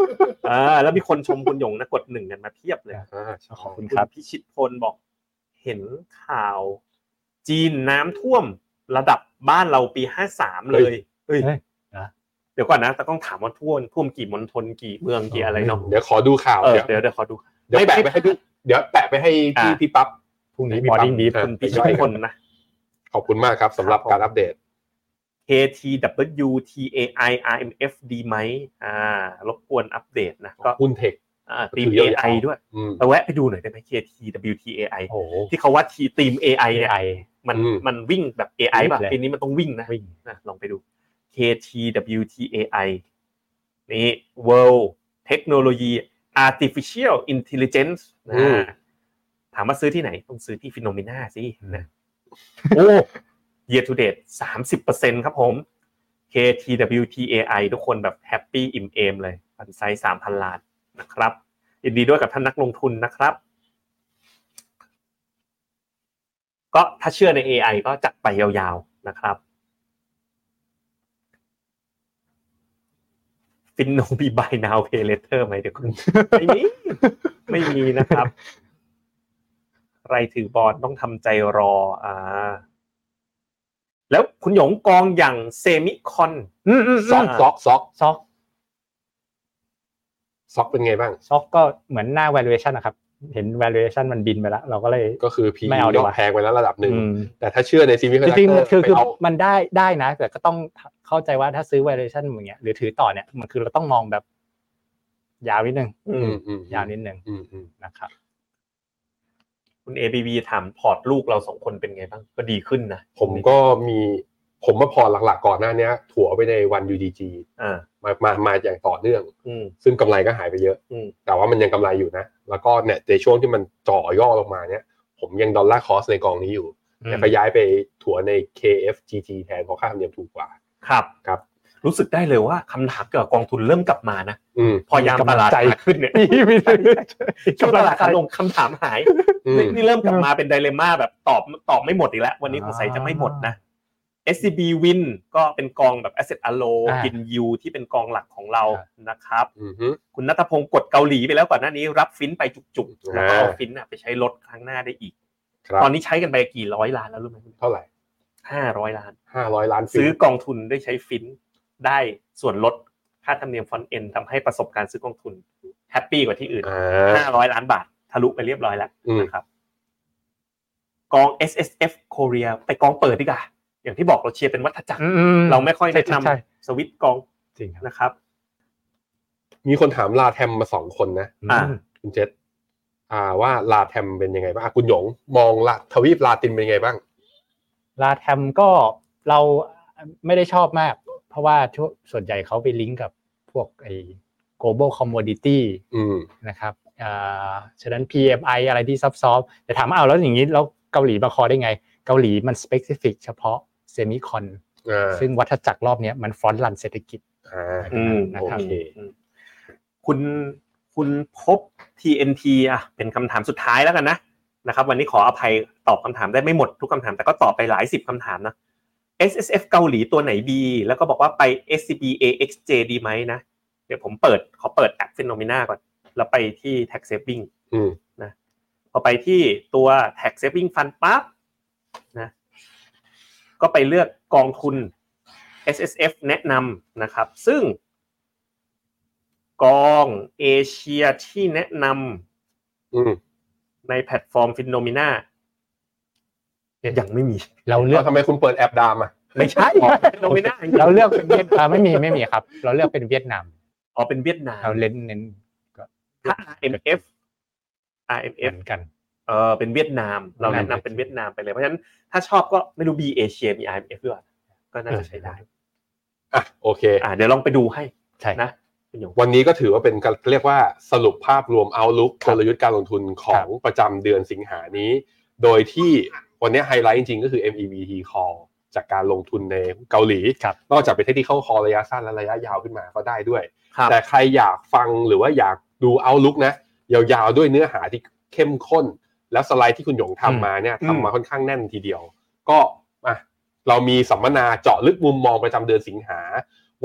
เออแล้วมีคนชมคุณหยงนะกดหนึ่งกันมาเพียบเลย
อ่าใช่
ขอบคุณครับ
พิชิตพลบอกเห็นข่าว จีนน้ำท่วมระดับบ้านเราปีห้าสามเลยเอ้ย
เฮ้ยนะ
เดี๋ยวก่อนนะแต่ต้องถามว่าท่วมท่วมกี่มณฑลกี่เมืองกี่อะไรเนาะ
เดี๋ยวขอดูข่าว
เออ
เดี๋ยว
เดี๋ยวเดี๋ยวขอดู
เดี๋ยวแปะไปให้ดูเดี๋ยวแปะไปให้พี่
อ่า
พี่ปั๊บพรุ่งนี้พี่ปั๊บ
Morning Brief
อ่ะ
คุณพิชิต
ย่อย
พ
กัน
ลนะ
ขอบคุณมากครับสำหรับ
ครับผม
การอัปเดต
KTW TAI RMF ดีไหมอ่ารบกวนอัปเดตนะก็
หุ้นเทค
อ่าทีม
ถือยาวๆ
AI ด้วย
อืม
เอาแวะไปดูหน่อยได้ไหม KTW TAI
โอ้โห
ที่เขาว่าทีทีม AI เนี่ย
AI
มัน
อืม
มันวิ่งแบบ AI ป่ะ
วิ่งเลย
ปีนี้มันต้องวิ่งนะ
วิ่ง
นะลองไปดู KTWTAI นี่ World Technology Artificial Intelligence นะ
อืม
ถามว่าซื้อที่ไหน ต้องซื้อที่ฟิโนเมนาสินะ
โอ้
Year to date 30%ครับผม KTWTAI ทุกคนแบบแฮปปี้อิ่มเอมเลยฟันไซส์3,000 ล้านนะครับยินดีด้วยกับท่านนักลงทุนนะครับ ก็ถ้าเชื่อใน AI ก็จัดไปยาวๆนะครับฟินโน บีบายนาวเพเลเตอร์ไหมเดี๋ยวคุณ ไม่มีไม่มีนะครับ ใครถือบอลต้องทำใจรออ่า แล้วคุณหยงกองอย่างเซมิคอน
อืมอืม
ซอกซอกซอก
ซอก
ซอกเป็นไงบ้าง
ซอกก็เหมือนหน้า valuation นะครับ เห็น valuation มันบินไปแล้ว เราก็เลย
ก็คือ PE
ไม่เอาดี
ย
ก
อ
ว่า
ดแพงไปแล้วระดับหนึ่ง
อืม
แต่ถ้าเชื่อในซีมิคอน
จ
ดัก
ริง
เตอร์
ๆคือ
ไป
คือ
เอา
มันได้ได้นะ แต่ก็ต้องเข้าใจว่าถ้าซื้อ valuation อย่างเงี้ยหรือถือต่อเนี่ยมันคือเราต้องมองแบบยาวนิดนึง
อืมอืม
ยาวนิดนึง
อืมอืม
นะครับ
คุณ ABB ถามพอร์ตลูกเราสองคนเป็นไงบ้าง ก็ดีขึ้นนะ
ผมก็มีผมมาพอหลักๆก่อนหน้าเนี้ย ถั่วไปในวัน UDG
อ่า
มามามาอย่างต่อเนื่อง
อืม
ซึ่งกำไรก็หายไปเยอะ
อืม
แต่ว่ามันยังกำไรอยู่นะ แล้วก็เนี่ยในช่วงที่มันจ่อย่อลงมาเนี่ย ผมยังดอลลาร์คอสในกองนี้อยู่
อืม
แต่ก็ย้ายไปถั่วใน KFGT แทนเพราะค่าธรรมเนียมถูกกว่า
ครับ
ครับ
รู้สึกได้เลยว่าคำถามเกี่ยวกับกองทุนเริ่มกลับมานะ
อืม
พอยาม
มี
ต
กำลัง
ลาด
ใจ
ขาขึ้นเนี่ยช่วงตลาดขาลงคำถามหาย
อืม
นี่เริ่มกลับมาเป็นไดเลม่าแบบตอบตอบไม่หมดอีกแล้ว วันนี้สงสัยจะไม่หมดนะ SCB Win ก็เป็นกองแบบ Asset Allo
อ่ากิ
กินยูที่เป็นกองหลักของเรา
ครับ
นะครับ
อืมฮึ
คุณนัทพงศ์กดเกาหลีไปแล้วก่อนหน้านี้รับฟินไปจุกๆแล้วก็เอาฟินน่ะไปใช้ลดครั้งหน้าได้อีก
ครับ
ตอนนี้ใช้กันไปกี่ร้อยล้านแล้วรู้ไหม
เท่าไหร่
ห้าร้อยล้าน
ห้าร้อยล้านฟิล
ซื้อกองทุนได้ใช้ฟินได้ส่วนลดค่าธรรมเนียมฟอนเอ็นทำให้ประสบการณ์ซื้อกองทุนแฮปปี้กว่าที่อื่น
อ่า
ห้าร้อยล้านบาท ทะลุไปเรียบร้อยแล้ว
อืม
นะครับ กอง S S F เกาหลีไปกองเปิดดีกว่าอย่างที่บอกเราเชียร์เป็นวัฏจักร เราไม่ค่อยแนะน
ใช่ใช่ใช่
ำสวิตช์กอง
จริงครับ
นะครับ
มีคนถามลาแทมมาสองคนนะ
อ่า
อืม
คุณเจษอ่าว่าลาแทมเป็นยังไงบ้างอ่ะคุณหยงมองละทวีปลาตินเป็นยังไงบ้าง
ลาแทมก็เราไม่ได้ชอบมาก เพราะว่าทั่วส่วนใหญ่เขาไปลิงก์กับพวกไอ้ global commodity
อืม
นะครับอ่าฉะนั้น PMI อะไรที่ซับซ้อนแต่ถามว่าเอาวแล้วอย่างนี้แล้วเกาหลีมาคอได้ไง เกาหลีมัน specific เฉพาะเซมิคอน
อ่า
ซึ่งวัฏจักรรอบเนี้ยมันฟอนต์รันเศรษฐกิจ
อ่า
อืม
นะ
โอ
ครับ
เค
คุณคุณพบ TNT อ่ะเป็นคำถามสุดท้ายแล้วกันนะนะครับ วันนี้ขออภัยตอบคำถามได้ไม่หมดทุกคำถามแต่ก็ตอบไปหลายสิบคำถามนะ S S F เกาหลีตัวไหนดี แล้วก็บอกว่าไป S C B A X J ดีไหมนะ เดี๋ยวผมเปิดขอเปิดแอปเฟนโนเมนาก่อน แล้วไปที่ Tax Saving
อืม
พอไปที่ตัว tax saving fund ปั๊บนะก็ไปเลือกกองทุน S S F แนะนำนะครับ ซึ่ง กองเอเชียที่แนะน
อืม
ำในแพลตฟอร์มฟินโนมิน่าเนี่ยยังไม่มี
เราเลื
แล้
อ
ว
ก
ทำไมคุณเปิดแอปดามอ่ะ
ไม่ใช่ฟินโนมิน่า
เราเลือกเป็นเวียดอ่าไม่มีไม่มีครับ เราเลือกเป็นเวียดนาม
อ๋อเป็นเวียดนาม
เราเล่นเน้น
ถ้า RMF
เห
RMF
มือนกัน
เออเป็นเวียดนาม เราแนะนำเป็นเวียดนามไปเลย เพราะฉะนั้นถ้าชอบก็ไม่รู้ B เอเชียมี RMF ด้วยก็น่าจะใช้ได้
อ่ะโอเค
อ่าเดี๋ยวลองไปดูให้
ใช่
นะคุณหยง
วันนี้ก็ถือว่าเป็นการเรียกว่าสรุปภาพรวมเอาลุก
ค
ก
รับ
ลยุทธ์การลงทุนของประจำเดือนสิงหานี้ โดยที่วันนี้ไฮไลท์จริงๆก็คือ MEBT call จากการลงทุนในเกาหลี
ครับ
นอกจากเป็นเทคนิค a l l ระยะสั้นและระยะยาวขึ้นมาก็ได้ด้วย
ครับ
แต่ใครอยากฟังหรือว่าอยากดูเอาลุกนะ ยาวๆด้วยเนื้อหาที่เข้มข้น แล้วสไลด์ที่คุณหยงทำมาเนี่ย
อืม
ทำมาค่อนข้างแน่นทีเดียว ก็อ่ะเรามีสัมมนาเจาะลึกมุมมองประจำเดือนสิงหา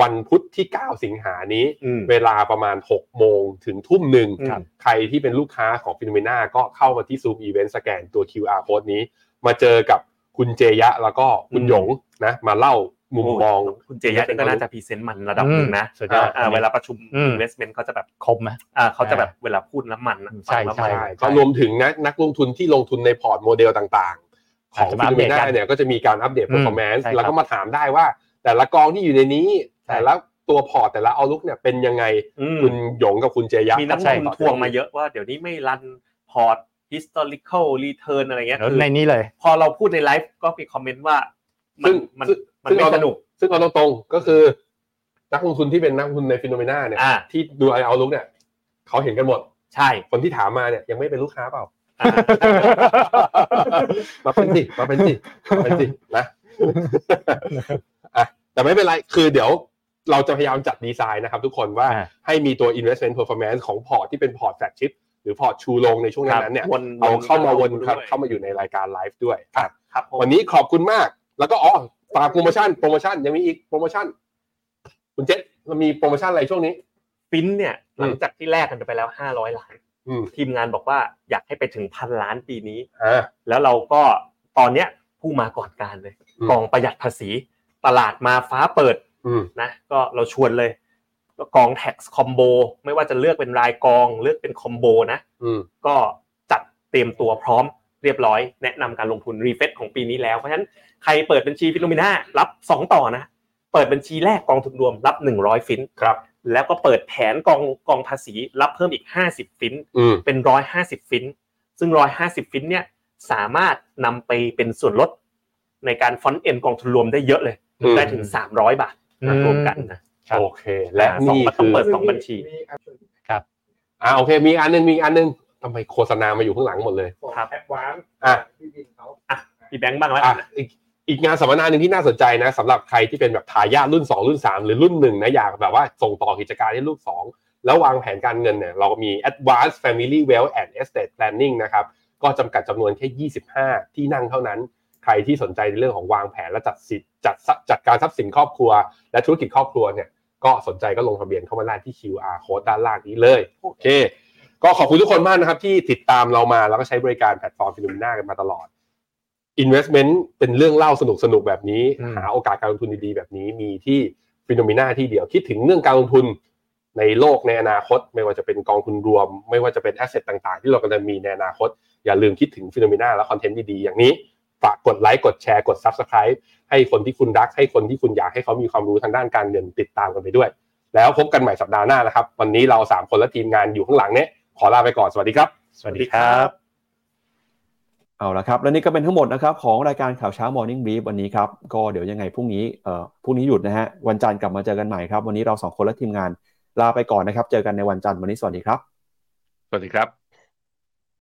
วันพุธที่ 9 สิงหานี้
อืม
เวลาประมาณ 6 โมงถึงทุ่มหนึ่ง
ครับ
ใครที่เป็นลูกค้าของฟิโนเมนาก็เข้ามาที่ Zoom Event สแกนตัว QR Code นี้ มาเจอกับคุณเจยะแล้วก็คุณหยงนะมาเล่ามุมมอง
โยคุณเจยะเนี่ยก็น่าจะพรีเซนต์มันระดับหนึ่งนะ
อืมสุดยอด
อ่าเวลาประชุม
อืม
investment เขาจะแบบ
คมไหม
อ่าเขาจะแบบเวลาพูดแล้วมันนะ
ใช่
ฟังแล้วมัน
ใช่
ใช่ก็รวมถึงนักนักลงทุนที่ลงทุนในพอร์ตโมเดลต่างๆ ข
อา
อง
จจะมา
ฟิ
อั
โนเม
ปเดต
นา
กัน
เนี่ยก็จะมีการอัปเดต
อืม
performance
ใช่ครับ
แล้วก็มาถามได้ว่า แต่ละกองที่อยู่ในนี้ แต่ละตัวพอร์ตแต่ละเอาลุกเนี่ยเป็นยังไง
อืม
คุณหยงกับคุณเจยะ
มีนักล
ใช่
งทุนทวงมาเยอะว่าเดี๋ยวนี้ไม่รันพอร์ต historical return อะไรเงี้ย
แล้ว
คือ
ในนี้เลย
พอเราพูดในไลฟ์ก็มีคอมเมนต์ว่า มั
ซึ่
น
ง
มัน
ซึ่ง
มัน
ซึ่ง
ไม่
เอา
สนุก
ซึ่งเอาตรงๆก็คือ นักลงทุนที่เป็นนักลงทุนในฟิโนเมนาเนี่ย
อ่า
ที่ดูไอเอาลุกเนี่ยเขาเห็นกันหมด
ใช่
คนที่ถามมาเนี่ยยังไม่เป็นลูกค้าเปล่า
อ่า
มาเป็นสิมาเป็นสิมาเป็นสินะอ่ะแต่ไม่เป็นไร คือเดี๋ยวเราจะพยายามจัดดีไซน์นะครับทุกคนว่า
อ่า
ให้มีตัว investment performance ของพอร์ตที่เป็นพอร์ตแฟลกชิพหรือพอร์ตชูโรงในช่วง
ครับ
นั้นๆเนี่ย
วน
เอาเข้ามาวน
ด้วย
ครับเข้ามาอยู่ในรายการไลฟ์ด้วยอ่ะ
ครับผม
วันนี้ขอบคุณมาก แล้วก็อ๋อฝากโปรโมชั่นโปรโมชั่นยังมีอีกโปรโมชั่น คุณเจษเรามีโปรโมชั่นอะไรช่วงนี้
ฟินเนี่ย
อืม
หลังจากที่แลกกันไปแล้วห้าร้อยล้าน
อืม
ทีมงานบอกว่าอยากให้ไปถึงพันล้านปีนี้
อ่า
แล้วเราก็ตอนเนี้ยผู้มาก่อนการเลย
อืม
กองประหยัดภาษี ตลาดมาฟ้าเปิด
อืม
นะ ก็เราชวนเลยก็กอง tax combo ไม่ว่าจะเลือกเป็นรายกองเลือกเป็นคอมโบนะ
อืม
ก็จัดเตรียมตัวพร้อมเรียบร้อย แนะนำการลงทุนรีเฟซของปีนี้แล้ว เพราะฉะนั้นใครเปิดบัญชีฟิโนมิน่ารับ 2 ต่อนะ เปิดบัญชีแรกกองทุนรวมรับ 100 ฟิน
ครับ
แล้วก็เปิดแผนกองกองภาษีรับเพิ่มอีก 50 ฟิน
อืม
เป็นร้อยห้าสิบฟิน ซึ่งร้อยห้าสิบฟินเนี่ยสามารถนำไปเป็นส่วนลดในการฟอนต์เอ็นกองทุนรวมได้เยอะเลย
อืม
ได้ถึงสามร้อยบาทนะรวมกันนะ
ครับ
โอเค และ
สอง
นี่
ก็ต้อง
คือ
เปิด สงบัญชี
มีแอปชวน
อ่าโอเคมีอีกอันหนึงมีอีกอันหนึงทำไมโฆษณามาอยู่ข้างหลังหมดเลย
ของ
ครับ
แอปวาน
อ่ะ
ที่บินเขา
มีแบงค์บ้างแล้ว
อ่ะ
กันนะ
อีกอีกงานสัมมนาหนึ่งที่น่าสนใจนะสำหรับใครที่เป็นแบบทายาทรุ่น 2 รุ่น 3 หรือรุ่นหนึ่งนะอยากแบบว่าส่งต่อกิจการให้ลูก 2 แล้ววางแผนการเงินเนี่ยเราก็มี Advanced Family Wealth and Estate Planning นะครับ ก็จำกัดจำนวนแค่ 25 ที่นั่งเท่านั้น ใครที่สนใจในเรื่องของวางแผนและจัดสิทธิ์จัดทรัพย์จัดการทรัพย์สินครอบครัว และธุรกิจครอบครัวเนี่ยก็สนใจก็ลงทะเบียนเข้ามาได้ที่ QR code ด้านล่างนี้เลยโอเค ก็ขอบคุณทุกคนมากนะครับที่ติดตามเรามาแล้วก็ใช้บริการแพลตฟอร์มฟิโนเมนากันมาตลอด Investment เป็นเรื่องเล่าสนุกสนุกๆแบบนี้
อืม
หาโอกาสการลงทุนดีๆแบบนี้มีที่ฟิโนเมนาที่เดียวคิดถึงเรื่องการลงทุนในโลกในอนาคต ไม่ว่าจะเป็นกองทุนรวม ไม่ว่าจะเป็นแอสเซทต่างๆ ที่เรากำลังมีในอนาคต อย่าลืมคิดถึงฟิโนเมนาและคอนเทนต์ดีๆอย่างนี้ ฝากกดไลค์กดแชร์กด Subscribe ให้คนที่คุณรักให้คนที่คุณอยากให้เขามีความรู้ทางด้านการเงินติดตามกันไปด้วย แล้วพบกันใหม่สัปดาห์หน้านะครับ วันนี้เรา 3 คนและทีมงานอยู่ข้างหลังเนี่ยขอลาไปก่อนสวัสดีครับ
สวัสดีครับ
เอาละครับ และนี่ก็เป็นทั้งหมดนะครับของรายการข่าวเช้า Morning Brief วันนี้ครับ ก็เดี๋ยวยังไงพรุ่งนี้เอ่อพรุ่งนี้หยุดนะฮะ วันจันทร์กลับมาเจอกันใหม่ครับ วันนี้เราสองคนและทีมงานลาไปก่อนนะครับ เจอกันในวันจันทร์วันนี้สวัสดีครับ
สวัสดีครับ